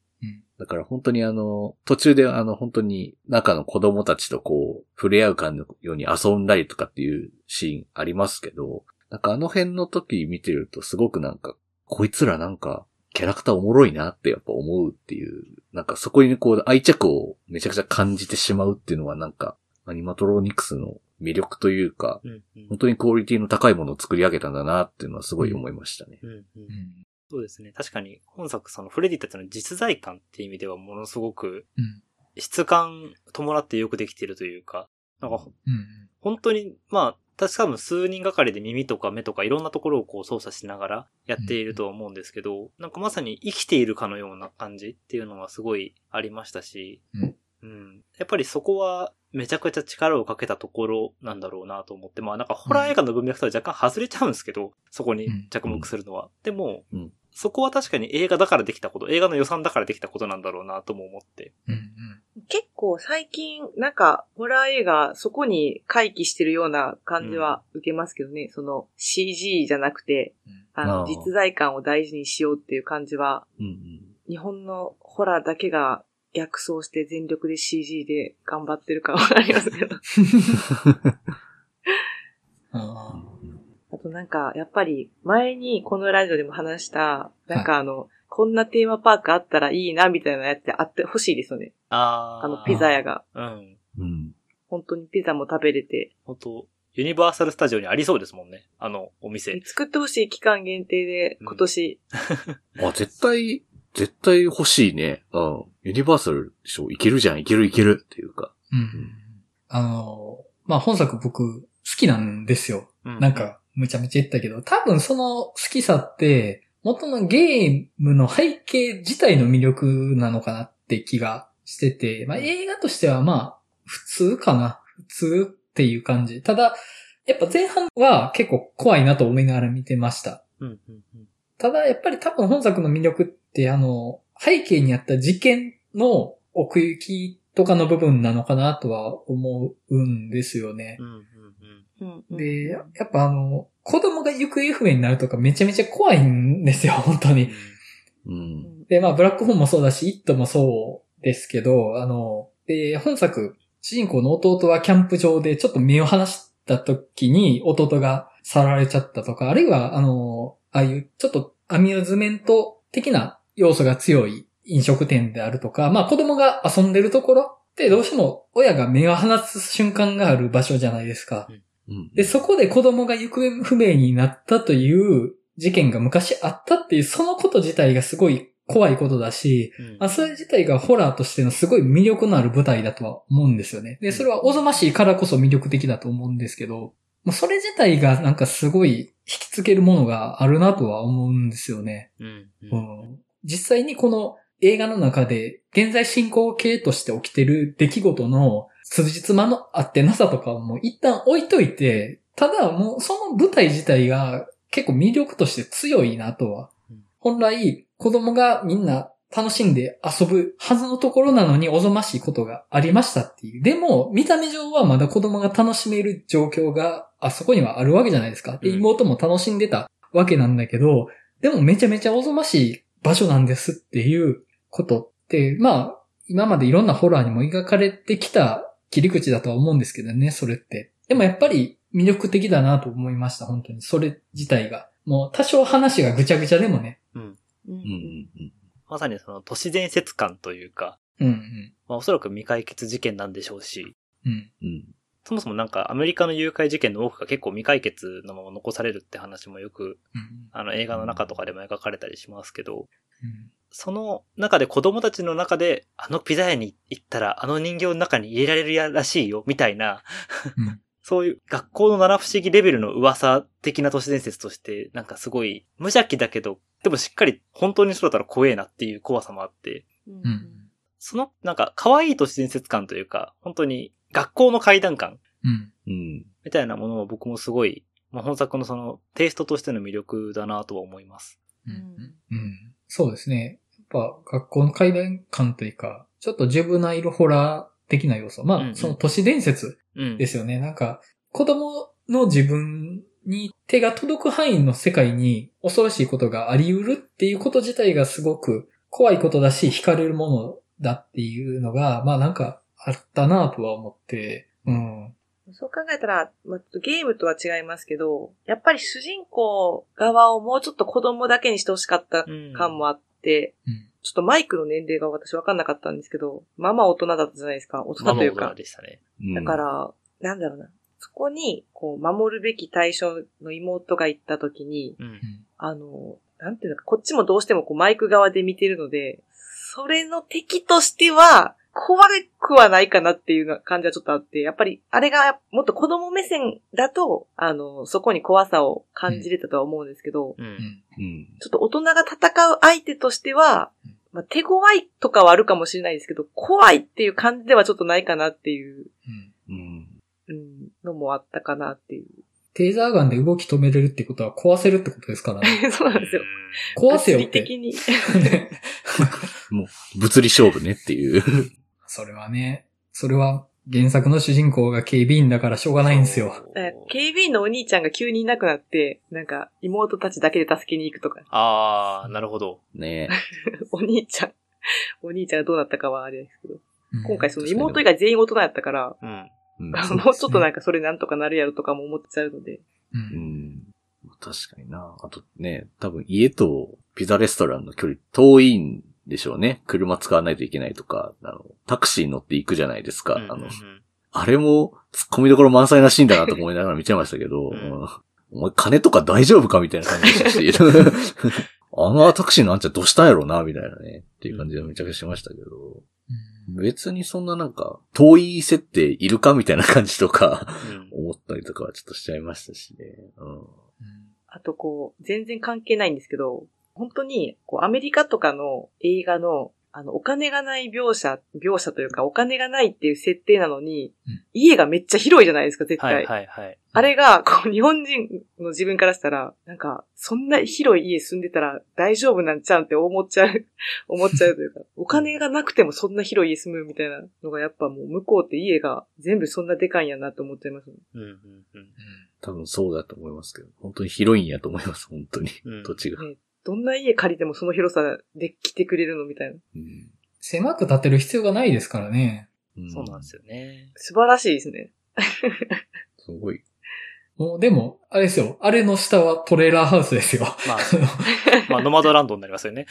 だから本当にあの、途中であの本当に中の子供たちとこう、触れ合うかのように遊んだりとかっていうシーンありますけど、なんかあの辺の時見てるとすごくなんか、こいつらなんか、キャラクターおもろいなってやっぱ思うっていう、なんかそこにこう愛着をめちゃくちゃ感じてしまうっていうのはなんか、アニマトロニクスの魅力というか、
うんうん
本当にクオリティの高いものを作り上げたんだなっていうのはすごい思いましたね。
うんうん
うん
そうですね。確かに、本作、その、フレディたちの実在感っていう意味では、ものすごく
うん、
質感伴ってよくできてるというか、なんか、
うん
本当に、まあ、確か多分数人がかりで耳とか目とかいろんなところをこう操作しながらやっているとは思うんですけど、なんかまさに生きているかのような感じっていうのがすごいありましたし、
うん
うんやっぱりそこはめちゃくちゃ力をかけたところなんだろうなと思って、まあなんかホラー映画の文脈とは若干外れちゃうんですけど、そこに着目するのは。でも、
うん
そこは確かに映画だからできたこと、映画の予算だからできたことなんだろうなとも思って。
うん
結構最近、なんか、ホラー映画、そこに回帰してるような感じは受けますけどね。その CG じゃなくて、あ
あ
の、
ー
実在感を大事にしようっていう感じは、
うんうん
日本のホラーだけが逆走して全力で CG で頑張ってる感はありますけ ど。
あ
あとなんか、やっぱり前にこのラジオでも話した、なんかあの、こんなテーマパークあったらいいなみたいなやつってあってほしいですよね。
あー
あの、ピザ屋が。
うん。
うん
本当にピザも食べれて、
本当ユニバーサルスタジオにありそうですもんね。あの、お店。
作ってほしい期間限定で、
うん
今年、
あ、絶対、絶対欲しいね。うん。ユニバーサルでしょいけるじゃん、いけるいけるっていうか。
ーうんあの、まあ、本作僕好きなんですよ。
うん
なん、か、むちゃむちゃ言ったけど、多分その好きさって、元のゲームの背景自体の魅力なのかなって気がしてて、まあ映画としてはまあ、普通かな。普通っていう感じ。ただ、やっぱ前半は結構怖いなと思いながら見てました。
うんうんうん
ただ、やっぱり多分本作の魅力って、あの、背景にあった事件の奥行きとかの部分なのかなとは思うんですよね。
うんうんうん
ううんうん
で、やっぱあの、子供が行方不明になるとかめちゃめちゃ怖いんですよ、本当に。
う。
うんん
で、まあ、ブラックホーンもそうだし、イットもそうですけど、あの、で、本作、主人公の弟はキャンプ場でちょっと目を離した時に弟がさらわれちゃったとか、あるいは、あの、ああいうちょっとアミューズメント的な要素が強い飲食店であるとか、まあ子供が遊んでるところってどうしても親が目を離す瞬間がある場所じゃないですか。
うん。
で、そこで子供が行方不明になったという事件が昔あったっていう、そのこと自体がすごい怖いことだし、
うん
まあ、それ自体がホラーとしてのすごい魅力のある舞台だとは思うんですよね。で、それはおぞましいからこそ魅力的だと思うんですけど、もうそれ自体がなんかすごい引きつけるものがあるなとは思うんですよね。
うん
う
うん
ん、実際にこの映画の中で現在進行形として起きてる出来事の数日間のあってなさとかをもう一旦置いといて、ただもうその舞台自体が結構魅力として強いなとは
うん。
本来子供がみんな楽しんで遊ぶはずのところなのにおぞましいことがありましたっていう。でも見た目上はまだ子供が楽しめる状況があそこにはあるわけじゃないですか。で、
うん
妹も楽しんでたわけなんだけど、でもめちゃめちゃおぞましい場所なんですっていうことって、まあ、今までいろんなホラーにも描かれてきた切り口だとは思うんですけどね、それって。でもやっぱり魅力的だなと思いました、本当に。それ自体が。もう多少話がぐちゃぐちゃでもね。
うん
うんうんうん。
まさにその都市伝説感というか、
うんうん。
まあおそらく未解決事件なんでしょうし、
うん。
うん。
そもそもなんかアメリカの誘拐事件の多くが結構未解決のまま残されるって話もよく、
うん。
あの映画の中とかでも描かれたりしますけど、
うん
その中で子供たちの中で、あのピザ屋に行ったらあの人形の中に入れられるやらしいよ、みたいな、
うん
そういう学校の七不思議レベルの噂的な都市伝説として、なんかすごい無邪気だけど、でもしっかり本当にそうだったら怖えなっていう怖さもあって、
うん
う
うんん。
そのなんか可愛い都市伝説感というか、本当に学校の階段感
うん。
うん。
みたいなものも僕もすごい、まあ、本作のそのテイストとしての魅力だなとは思います。
うんうん。そうですね。やっぱ学校の階段感というか、ちょっとジュブナイルホラー的な要素。
うん
ま
う
あ、
ん
その都市伝説
うん。
ですよね。なんか、子供の自分に手が届く範囲の世界に恐ろしいことがあり得るっていうこと自体がすごく怖いことだし、惹かれるものだっていうのが、まあなんかあったなとは思って、うん。
そう考えたら、まあ、ちょっとゲームとは違いますけど、やっぱり主人公側をもうちょっと子供だけにしてほしかった
うん
感もあって、
うん
ちょっとマイクの年齢が私分かんなかったんですけど、まあまあ大人だったじゃないですか。大
まあ
人
ま
と
あ
い
大
うか。
人でしたね。
うん
だか、ら、なんだろうな。そこに、こう、守るべき対象の妹が行った時に、
うん
う。ん
あの、なんていうのか、こっちもどうしてもこうマイク側で見てるので、それの敵としては、怖くはないかなっていう感じはちょっとあって、やっぱり、あれがもっと子供目線だと、あの、そこに怖さを感じれたとは思うんですけど、
う。
うんん。
うん。
ちょっと大人が戦う相手としては
うん、
まあ、手強いとかはあるかもしれないですけど、怖いっていう感じではちょっとないかなっていう、
うん
うん。
うん、のもあったかなっていう。
テーザーガンで動き止めれるってことは壊せるってことですから ね。
そうなんですよ。
壊せよっ
物理
て。
的に。
物理勝負ねっていう。
それはね、それは原作の主人公が警備員だからしょうがないんですよ。
そう
え警備員のお兄ちゃんが急にいなくなって、なんか妹たちだけで助けに行く とか、
ああ、なるほど。
ね
お兄ちゃん、お兄ちゃんがどうなったかはあれですけど、
うん
今回その妹以外全員大人やったから、
うん。
うん
もうちょっとなん かそれなんとかなるやろとかも思っちゃうので、
う
うんん。確かにな。あとね、多分家とピザレストランの距離遠いんでしょうね。車使わないといけないとか、あの、タクシー乗って行くじゃないですか。
うん
あの
う、ん
あれも突っ込みどころ満載なシーンだなと思いながら見ちゃいましたけ ど、
う
うんんお前金とか大丈夫かみたいな感じでしたし、 あのタクシーのあんちゃんどうしたんやろうなみたいなね、っていう感じでめちゃくちゃしましたけど。別にそんななんか、遠い設定いるかみたいな感じとか、
うん
思ったりとかはちょっとしちゃいましたしね。うん。
あとこう、全然関係ないんですけど、本当にこうアメリカとかの映画のあの、お金がない描写、描写というか、お金がないっていう設定なのに、
うん
家がめっちゃ広いじゃないですか、絶対。
はいはいはい。
あれが、こう、日本人の自分からしたら、なんか、そんな広い家住んでたら大丈夫なんちゃうんって思っちゃ う、思っちゃうというか、お金がなくてもそんな広い家住むみたいなのが、やっぱもう向こうって家が全部そんなでかいんやなと思っちゃいますね。
うんうんうん。
多分そうだと思いますけど、本当に広いんやと思います、本当に
う。ん
土地が。
どんな家借りてもその広さで来てくれるのみたいな。
うん
狭く建てる必要がないですからね。
そうなんです
よ。
よね。
素晴らしいですね。
すごい。
もう、でも、あれですよ。あれの下はトレーラーハウスですよ。
まあ、 まあ、ノマドランドになりますよね。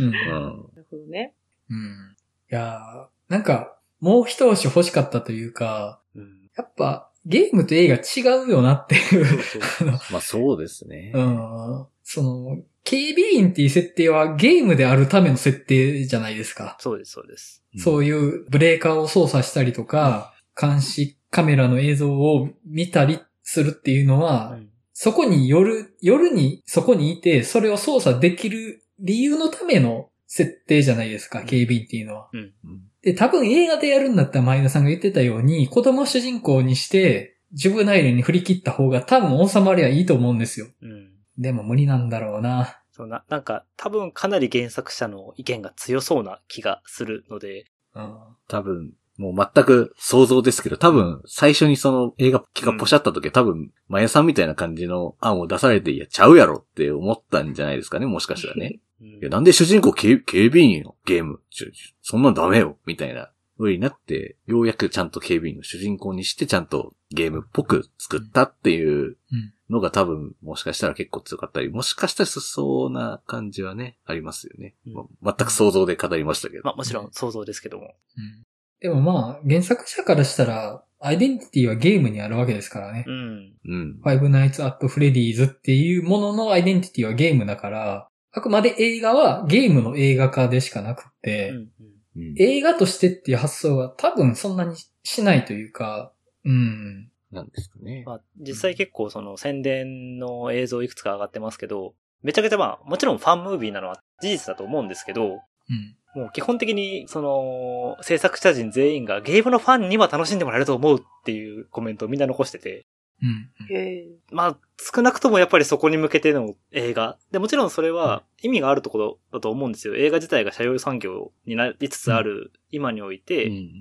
うん
うん。
なるほどね。
うん。いやーなんか、もう一押し欲しかったというか、
うん。
やっぱ、ゲームと映画違うよなっていう
そうそう。
まあそうですね。
うん。その、警備員っていう設定はゲームであるための設定じゃないですか。
そうです、そうです。
そう
い
いうブレーカーを操作したりとか、監視カメラの映像を見たりするっていうのは、
うん
そこに夜、夜にそこにいて、それを操作できる理由のための設定じゃないですか、
ん
警備員っていうのは。
うん。
で、多分映画でやるんだったら前田さんが言ってたように、子供を主人公にして、ジュブナイルに振り切った方が多分収まりはいいと思うんですよ。
うん。
でも無理なんだろうな。
そんな、なんか、多分かなり原作者の意見が強そうな気がするので、
うん。
多分、もう全く想像ですけど、多分、最初にその映画機がポシャった時は、多分、マヤさんみたいな感じの案を出されて、いや、ちゃうやろって思ったんじゃないですかね、もしかした らね。
うん
いや、なんで主人公警警備員のゲームちょちょそんなんダメよみたいな風になって、ようやくちゃんと警備員の主人公にして、ちゃんとゲームっぽく作ったっていう
うん
のが多分、もしかしたら結構強かったり、もしかしたらそうな感じはね、ありますよね。
うん
ま全く想像で語りましたけど。
まあ、もちろん想像ですけども。
うんでもまあ、原作者からしたら、アイデンティティはゲームにあるわけですからね
う。ん。
うん。
ファイブナイツアップフレディーズっていうもののアイデンティティはゲームだから、あくまで映画はゲームの映画化でしかなくって、
うん
うん
映画としてっていう発想は多分そんなにしないというか、うん。
なんですかね。
まあ、実際結構その宣伝の映像いくつか上がってますけど、めちゃくちゃまあ、もちろんファンムービーなのは事実だと思うんですけど、
うん。
もう基本的に、その、制作者陣全員がゲームのファンには楽しんでもらえると思うっていうコメントをみんな残してて、
うん。
へえ。
まあ、少なくともやっぱりそこに向けての映画。で、もちろんそれは意味があるところだと思うんですよ。映画自体が社用産業になりつつある今において、
うん
うん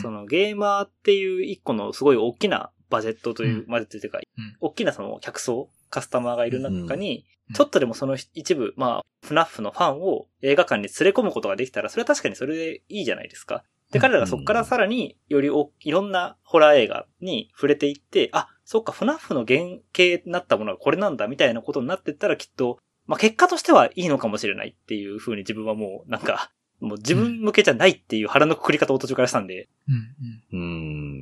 そのゲーマーっていう一個のすごい大きなバジェットという、
うん
バジェットというか
うん、
大きなその客層、カスタマーがいる中に
う、ん
ちょっとでもその一部、まあ、フナッフのファンを映画館に連れ込むことができたら、それは確かにそれでいいじゃないですか。で、彼らがそこからさらによりおいろんなホラー映画に触れていって、あ、そっか、フナッフの原型になったものがこれなんだ、みたいなことになってったらきっと、まあ結果としてはいいのかもしれないっていう風に自分はもう、なんか、もう自分向けじゃないっていう腹のくくり方を途中からしたんで、
うん。うん。
う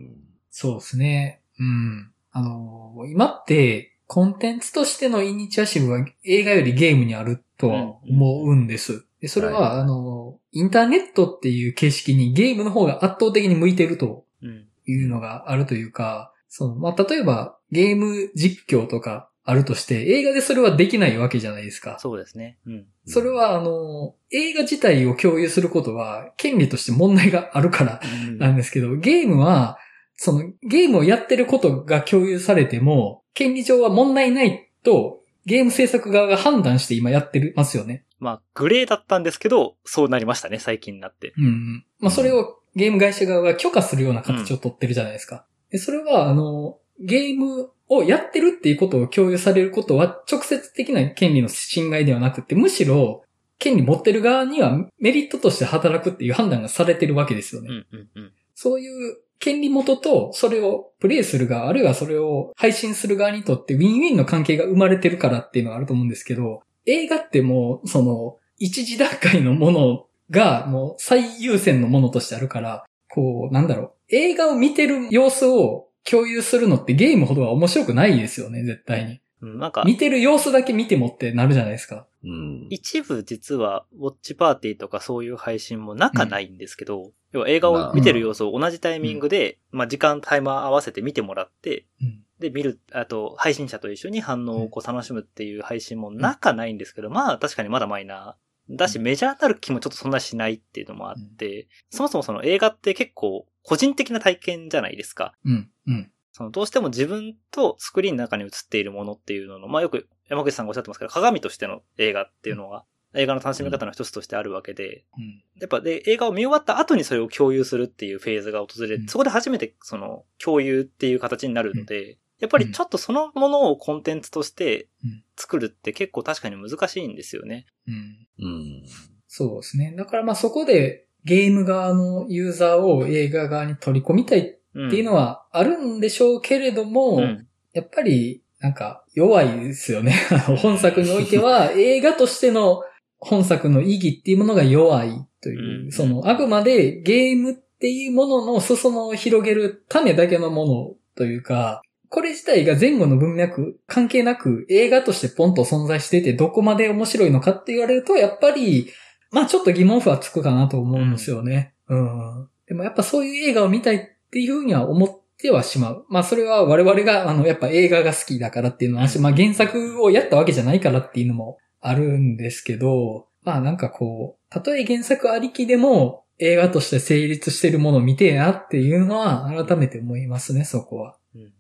ん。
そうですね。うん。あのー今って、コンテンツとしてのイニシアチブは映画よりゲームにあるとは思うんです。でそれは、
はい
あのーインターネットっていう形式にゲームの方が圧倒的に向いてると
うん。
いうのがあるというか、その、まあ、例えばゲーム実況とかあるとして、映画でそれはできないわけじゃないですか。
そうですね。うん。
それは、あのー映画自体を共有することは権利として問題があるからなんですけど、ゲームは、そのゲームをやってることが共有されても、権利上は問題ないと、ゲーム制作側が判断して今やってますよね。
まあ、グレーだったんですけど、そうなりましたね、最近になって。
うんうん。まあそれをゲーム会社側が許可するような形を取ってるじゃないですか。でそれは、あの、ゲームをやってるっていうことを共有されることは直接的な権利の侵害ではなくて、むしろ、権利持ってる側にはメリットとして働くっていう判断がされてるわけですよね。
うんうんうん。
そういう権利元と、それをプレイする側、あるいはそれを配信する側にとってウィンウィンの関係が生まれてるからっていうのはあると思うんですけど、映画ってもう、その、一時段階のものがもう最優先のものとしてあるから、こう、なんだろう、映画を見てる様子を共有するのってゲームほどは面白くないですよね、絶対に。
うんなんか、
見てる様子だけ見てもってなるじゃないですか。
うん。
一部実は、ウォッチパーティーとかそういう配信もなかないんですけど、要は映画を見てる様子を同じタイミングで、まあ、時間、タイマー合わせて見てもらって、
うん。
で、見る、あと、配信者と一緒に反応をこう楽しむっていう配信もなかないんですけど、まあ、確かにまだマイナーだし、メジャーになる気もちょっとそんなしないっていうのもあって、そもそもその映画って結構個人的な体験じゃないですか。
うん、うん。
そのどうしても自分とスクリーンの中に映っているものっていうのの、まあよく山口さんがおっしゃってますけど、鏡としての映画っていうのは、映画の楽しみ方の一つとしてあるわけで、
うん
やっぱで、映画を見終わった後にそれを共有するっていうフェーズが訪れ
う
て、
ん
そこで初めてその共有っていう形になるので、やっぱりちょっとそのものをコンテンツとして
うん
作るって結構確かに難しいんですよね。
うん。
うん。
そうですね。だからまあそこでゲーム側のユーザーを映画側に取り込みたいっ
うん
ていうのはあるんでしょうけれども、
うん
やっぱりなんか弱いですよね。 あの本作においては映画としての本作の意義っていうものが弱いという、
うん
そのあくまでゲームっていうものの裾野を広げるためだけのものというか、これ自体が前後の文脈関係なく映画としてポンと存在しててどこまで面白いのかって言われるとやっぱりまあちょっと疑問符はつくかなと思うんですよね。うん。でもやっぱそういう映画を見たいっていうふうには思ってはしまう。まあそれは我々が、あの、やっぱ映画が好きだからっていうのはあるし、まあ原作をやったわけじゃないからっていうのもあるんですけど、まあなんかこう、たとえ原作ありきでも映画として成立してるものを見てえなっていうのは改めて思いますね、そこは。
うん。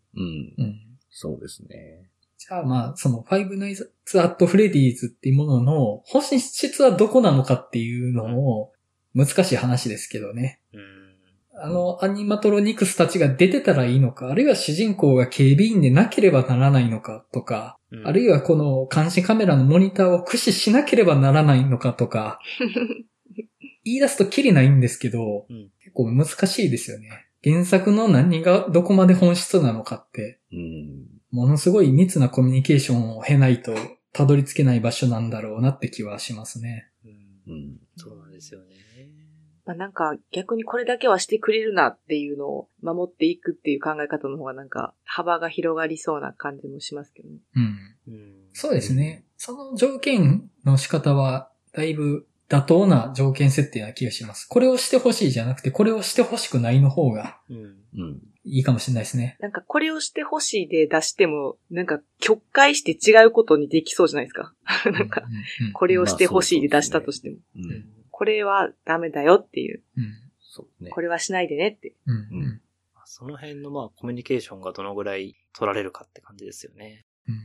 うん。
そうですね。
じゃあまあ、その、ファイブナイツ・アット・フレディーズっていうものの、本質はどこなのかっていうのを、難しい話ですけどね。
うん
あの、アニマトロニクスたちが出てたらいいのか、あるいは主人公が警備員でなければならないのかとか、
うん
あるいはこの監視カメラのモニターを駆使しなければならないのかとか、言い出すとキリないんですけど、
うん
結構難しいですよね。原作の何がどこまで本質なのかって、
うん。
ものすごい密なコミュニケーションを経ないと、たどり着けない場所なんだろうなって気はしますね。
うん
うん。
そうなんですよね。
まあなんか逆にこれだけはしてくれるなっていうのを守っていくっていう考え方の方がなんか幅が広がりそうな感じもしますけどね。
うん。
うん
そうですね。その条件の仕方は、だいぶ妥当な条件設定な気がします。これをしてほしいじゃなくて、これをしてほしくないの方が
うん
うん。
いいかもしれないですね。
なんかこれをしてほしいで出しても、なんか曲解して違うことにできそうじゃないですか。 なんか、
うんうん
これをしてほしいで出したとしても、
う
うん
ん。
これはダメだよっていう、
うん
そうね。
これはしないでねって。
うんうんうん
その辺のまあコミュニケーションがどのぐらい取られるかって感じですよね。
うん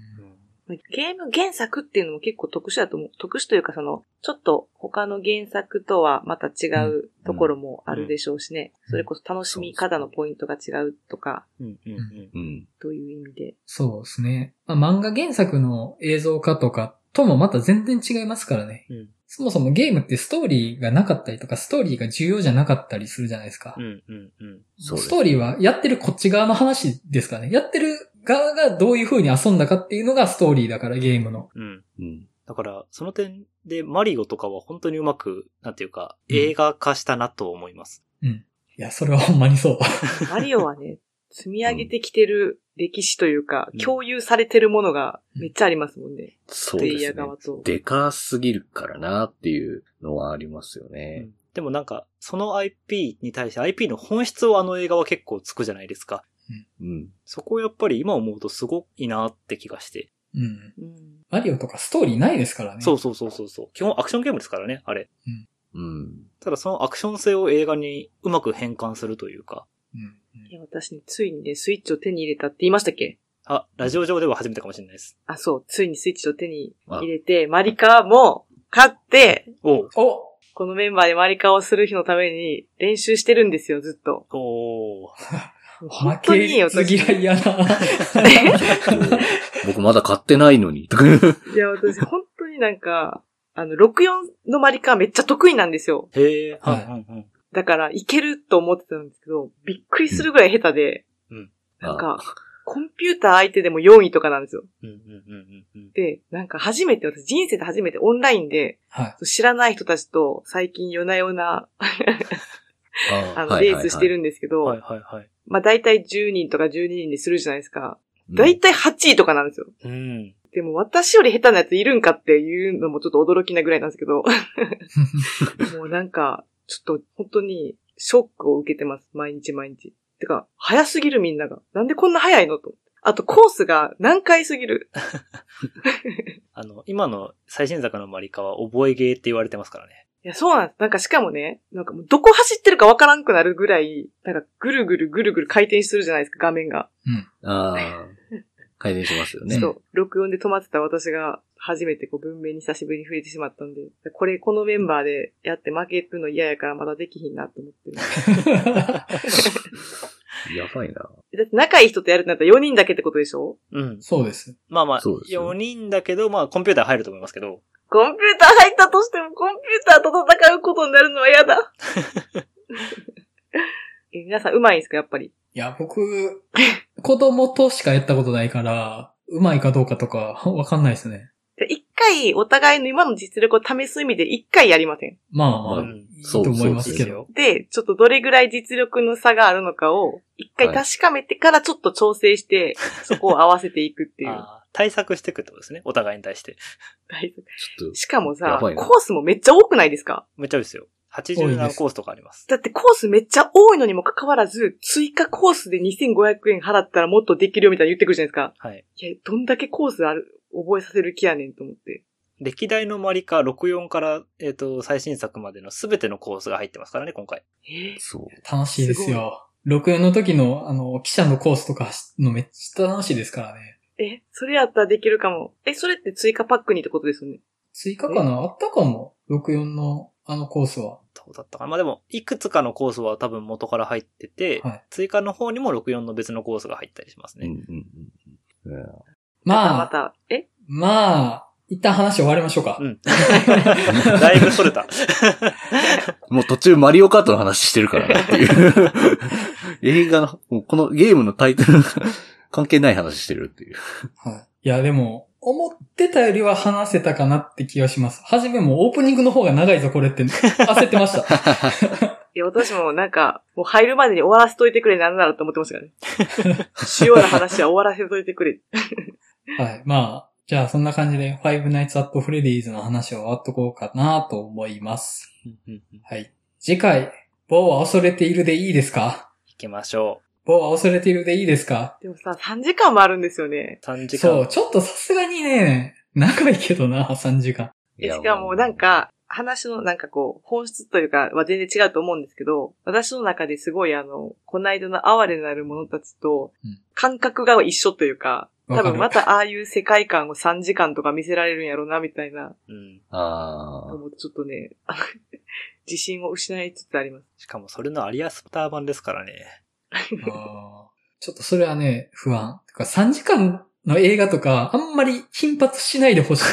ゲーム原作っていうのも結構特殊だと思う。特殊というかその、ちょっと他の原作とはまた違うところもあるでしょうしね。
うん
それこそ楽しみ方のポイントが違うとか、
うんうんうん
うん。
という意味で。
そうですね。まあ、漫画原作の映像化とかともまた全然違いますからね。
うん
そもそもゲームってストーリーがなかったりとか、ストーリーが重要じゃなかったりするじゃないですか。
うんうんうん
そうです
ストーリーはやってるこっち側の話ですかね。やってる側がどういう風に遊んだかっていうのがストーリーだからゲームの。
うん
うん。
だから、その点でマリオとかは本当にうまく、なんていうか、
うん
映画化したなと思います。
いや、それはほんまにそう。
マリオはね、積み上げてきてる歴史というか、
うん
共有されてるものがめっちゃありますもんね。
そう
プレ
で
イヤ
す
ー側
ね。
と。
でかすぎるからなっていうのはありますよ
う
ね。
んでもなんか、その IP に対して IP の本質をあの映画は結構つくじゃないですか。
うん。
そこをやっぱり今思うとすごいなって気がして。
うん。
うん
マリオとかストーリーないですからね。
そうそうそうそうそう。基本アクションゲームですからね、あれ。
うん。
ただそのアクション性を映画にうまく変換するというか。
うん。
いや私ね、ついにね、スイッチを手に入れたって言いましたっけ
あ、ラジオ上では初めてかもしれないです。
あ、そう、ついにスイッチを手に入れて、マリカも買って、
おう
お
このメンバーでマリカをする日のために練習してるんですよ、ずっと。
おー
本
負
当にいい
け
よ、
ず
私。い
嫌いやな。
そう僕まだ買ってないのに。
や、私、本当になんか、あの、64のマリカめっちゃ得意なんですよ。
へえ、
はい
はいはい。
だから、いけると思ってたんですけど、びっくりするぐらい下手で、 なんか、コンピューター相手でも4位とかなんですよ。
うんうんうんうんうん。
で、なんか初めて、私人生で初めてオンラインで、
はい。
知らない人たちと最近夜な夜な、あの、レースしてるんですけ
はい
ど、
はいはい。
まあ大体10人とか12人でするじゃないですか。
だ
大体8位とかなんですよ。
うん。
でも私より下手なやついるんかっていうのもちょっと驚きなぐらいなんですけ ど、もうなんか、ちょっと本当にショックを受けてます、毎日毎日。てか、早すぎるみんなが。なんでこんな早いのと。あとコースが難解すぎる。
あの、今の最新作のマリカは覚えゲーって言われてますからね。
いや、そうなんです。なんかしかもね、なんかもうどこ走ってるかわからんくなるぐらい、なんかぐるぐるぐるぐる回転するじゃないですか、画面が。
ああ。 改善しますよね。
そう。録音で止まってた私が初めてこう文明に久しぶりに触れてしまったんで、これこのメンバーでやって負けるの嫌やからまだできひんなと思ってる。
やばい な。
だって仲いい人とやるってなったら4人だけってことでしょ
うん。
そうです。
まあまあ、
そうですね
4人だけど、まあコンピューター入ると思いますけど、
コンピューター入ったとしてもコンピューターと戦うことになるのは嫌 だ。え皆さん上手いんですかやっぱり。
いや、僕、子供としかやったことないから、うまいかどうかとか、わかんないですね。
じゃあ一回お互いの今の実力を試す意味で一回やりません。
まあまあ、
う
い
ん
いと思いますけど。。
で、ちょっとどれぐらい実力の差があるのかを一回確かめてからちょっと調整して、そこを合わせていくって いう。
あー対策していくってことですね。お互いに対して。
はい
ちょ っ
しかも
や
さ、コ
ばいな
ースもめっちゃ多くないですか
めっちゃ多いですよ。80何コースとかあります。
だってコースめっちゃ多いのにもかかわらず、追加コースで2500円払ったらもっとできるよみたいな言ってくるじゃないですか。
はい。
いや、どんだけコースある、覚えさせる気やねんと思って。
歴代のマリカ64から、えっ、と、最新作までの全てのコースが入ってますからね、今回。
え
と、そう。
楽しいですよ。64の時の、あの、記者のコースとか走るのめっちゃ楽しいですからね。
ーえ、それやったらできるかも。え、それって追加パックにってことですよね。
追加かなあったかも。64のあのコースは。
どうだったかなまあでも、いくつかのコースは多分元から入ってて、
はい
追加の方にも64の別のコースが入ったりします
う
ね。
んうんうんうん。
ま
ま
あ、
た、え
まあ、一旦話終わりましょうか。
うん だいぶそれた。
もう途中マリオカートの話してるからなっていう。映画の、もうこのゲームのタイトル関係ない話してるっていう。
はい。いや、でも、思ってたよりは話せたかなって気がします。はじめもオープニングの方が長いぞ、これって。焦ってました。
いや、私もなんか、もう入るまでに終わらせといてくれなんならと思ってましたからね。主要な話は終わらせといてくれ。
はい。まあ、じゃあそんな感じで、Five Nights at Freddy's の話を終わっとこうかなと思います。はい。次回、棒は恐れているでいいですか
行きましょ
棒は恐れているでいいですか
でもさ、3時間もあるんですよね。
う。3時間。
そう、ちょっとさすがにね、長いけどな、3時 間。
えしかもなん、か、話のなんかこう、本質というかは全然違うと思うんですけど、私の中ですごいあの、この間の哀れなる者たちと
うん、
感覚が一緒というか、
わ
多
か
分
る
またああいう世界観を3時間とか見せられるんやろうな、みたいな、
うん。
あ
思うとちょっとね、 自信を失いつつあります。
しかもそれのアリアスター版ですからね。
あーちょっとそれはね、不安。てか3時間の映画とか、あんまり頻発しないでほしい。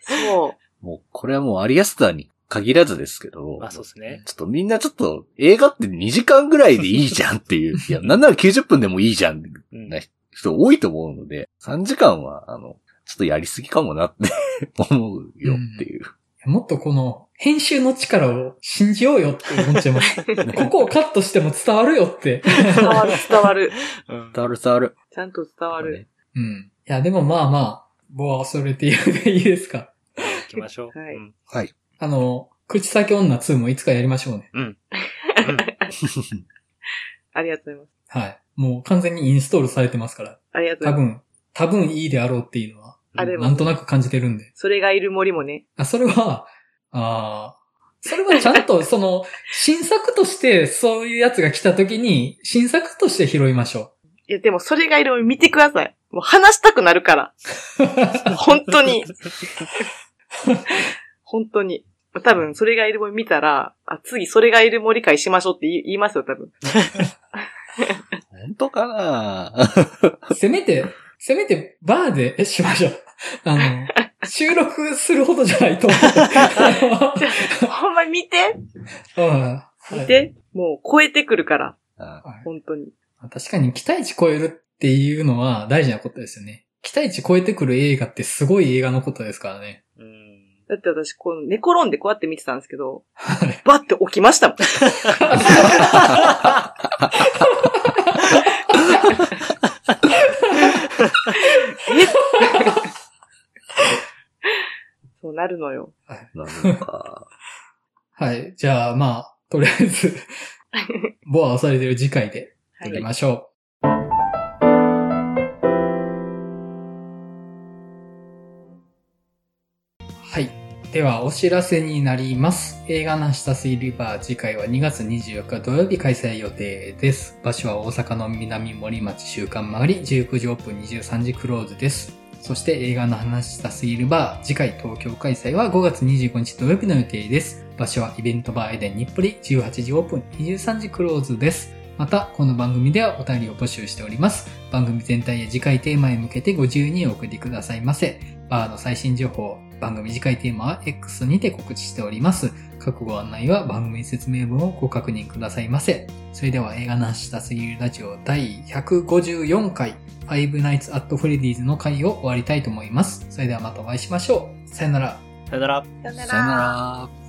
そう。
あ、もうこれはもうアリアスターに限らずですけど、
まあそうですね。
ちょっとみんなちょっと映画って2時間ぐらいでいいじゃんっていう、いや、なんなら90分でもいいじゃん、
うん
な人多いと思うので、3時間は、あの、ちょっとやりすぎかもなって思うよっていう。
もっとこの、編集の力を信じようよって思っちゃいます。 ここをカットしても伝わるよって。
伝わる、伝わる。
うん
伝わる伝わる。
ちゃんと伝わる。
うん。いや、でもまあまあ、棒は恐れているでいいですか。
行きましょう。
はい
うん
はい。
あの、口先女2もいつかやりましょうね。
ありがとうございます。
はい。もう完全にインストールされてますから。
ありがとうご
多
ざいます。
分、多分いいであろうっていうのは、
あれは
なんとなく感じてるんで。
それがいる森もね。
あ、それは、ああ、それはちゃんと、その、新作として、そういうやつが来た時に、新作として拾いましょ
いや、でもそれがいる森見てください。もう話したくなるから。 本当に。本当に。多分、それがいる森見たら、あ、次、それがいる森会しましょうって言い言いますよ、 多分。
本当かな
う。せめて、せめて、バーで、え、しましょう。あの、収録するほどじゃないと思う
ほんま見て
うん。
見てもう超えてくるから、
あ
はい
本当に。
確かに期待値超えるっていうのは大事なことですよね。期待値超えてくる映画ってすごい映画のことですからね。
うん。
だって私、こう、寝転んでこうやって見てたんですけど、
はい
バッて起きま したもん。 え そうなるのよ。
なのか。
はい。じゃあまあ、とりあえず、ボアをされてる次回で
はい
撮りましょう。ではお知らせになります。映画の下水リバー次回は2月24日土曜日開催予定です。場所は大阪の南森町週刊曲がり19時オープン23時クローズです。そして映画の話したすぎるバー、次回東京開催は5月25日土曜日の予定です。場所はイベントバーエデン日暮里18時オープン23時クローズです。また、この番組ではお便りを募集しております。番組全体や次回テーマへ向けてご自由にお送りくださいませ。バーの最新情報、番組次回テーマは X にて告知しております。各ご案内は番組説明文をご確認くださいませ。それでは映画なしたすぎるラジオ第154回、Five Nights at Freddy's の回を終わりたいと思います。それではまたお会いしましょう。さよなら。
さよなら。
さよな
さよなら。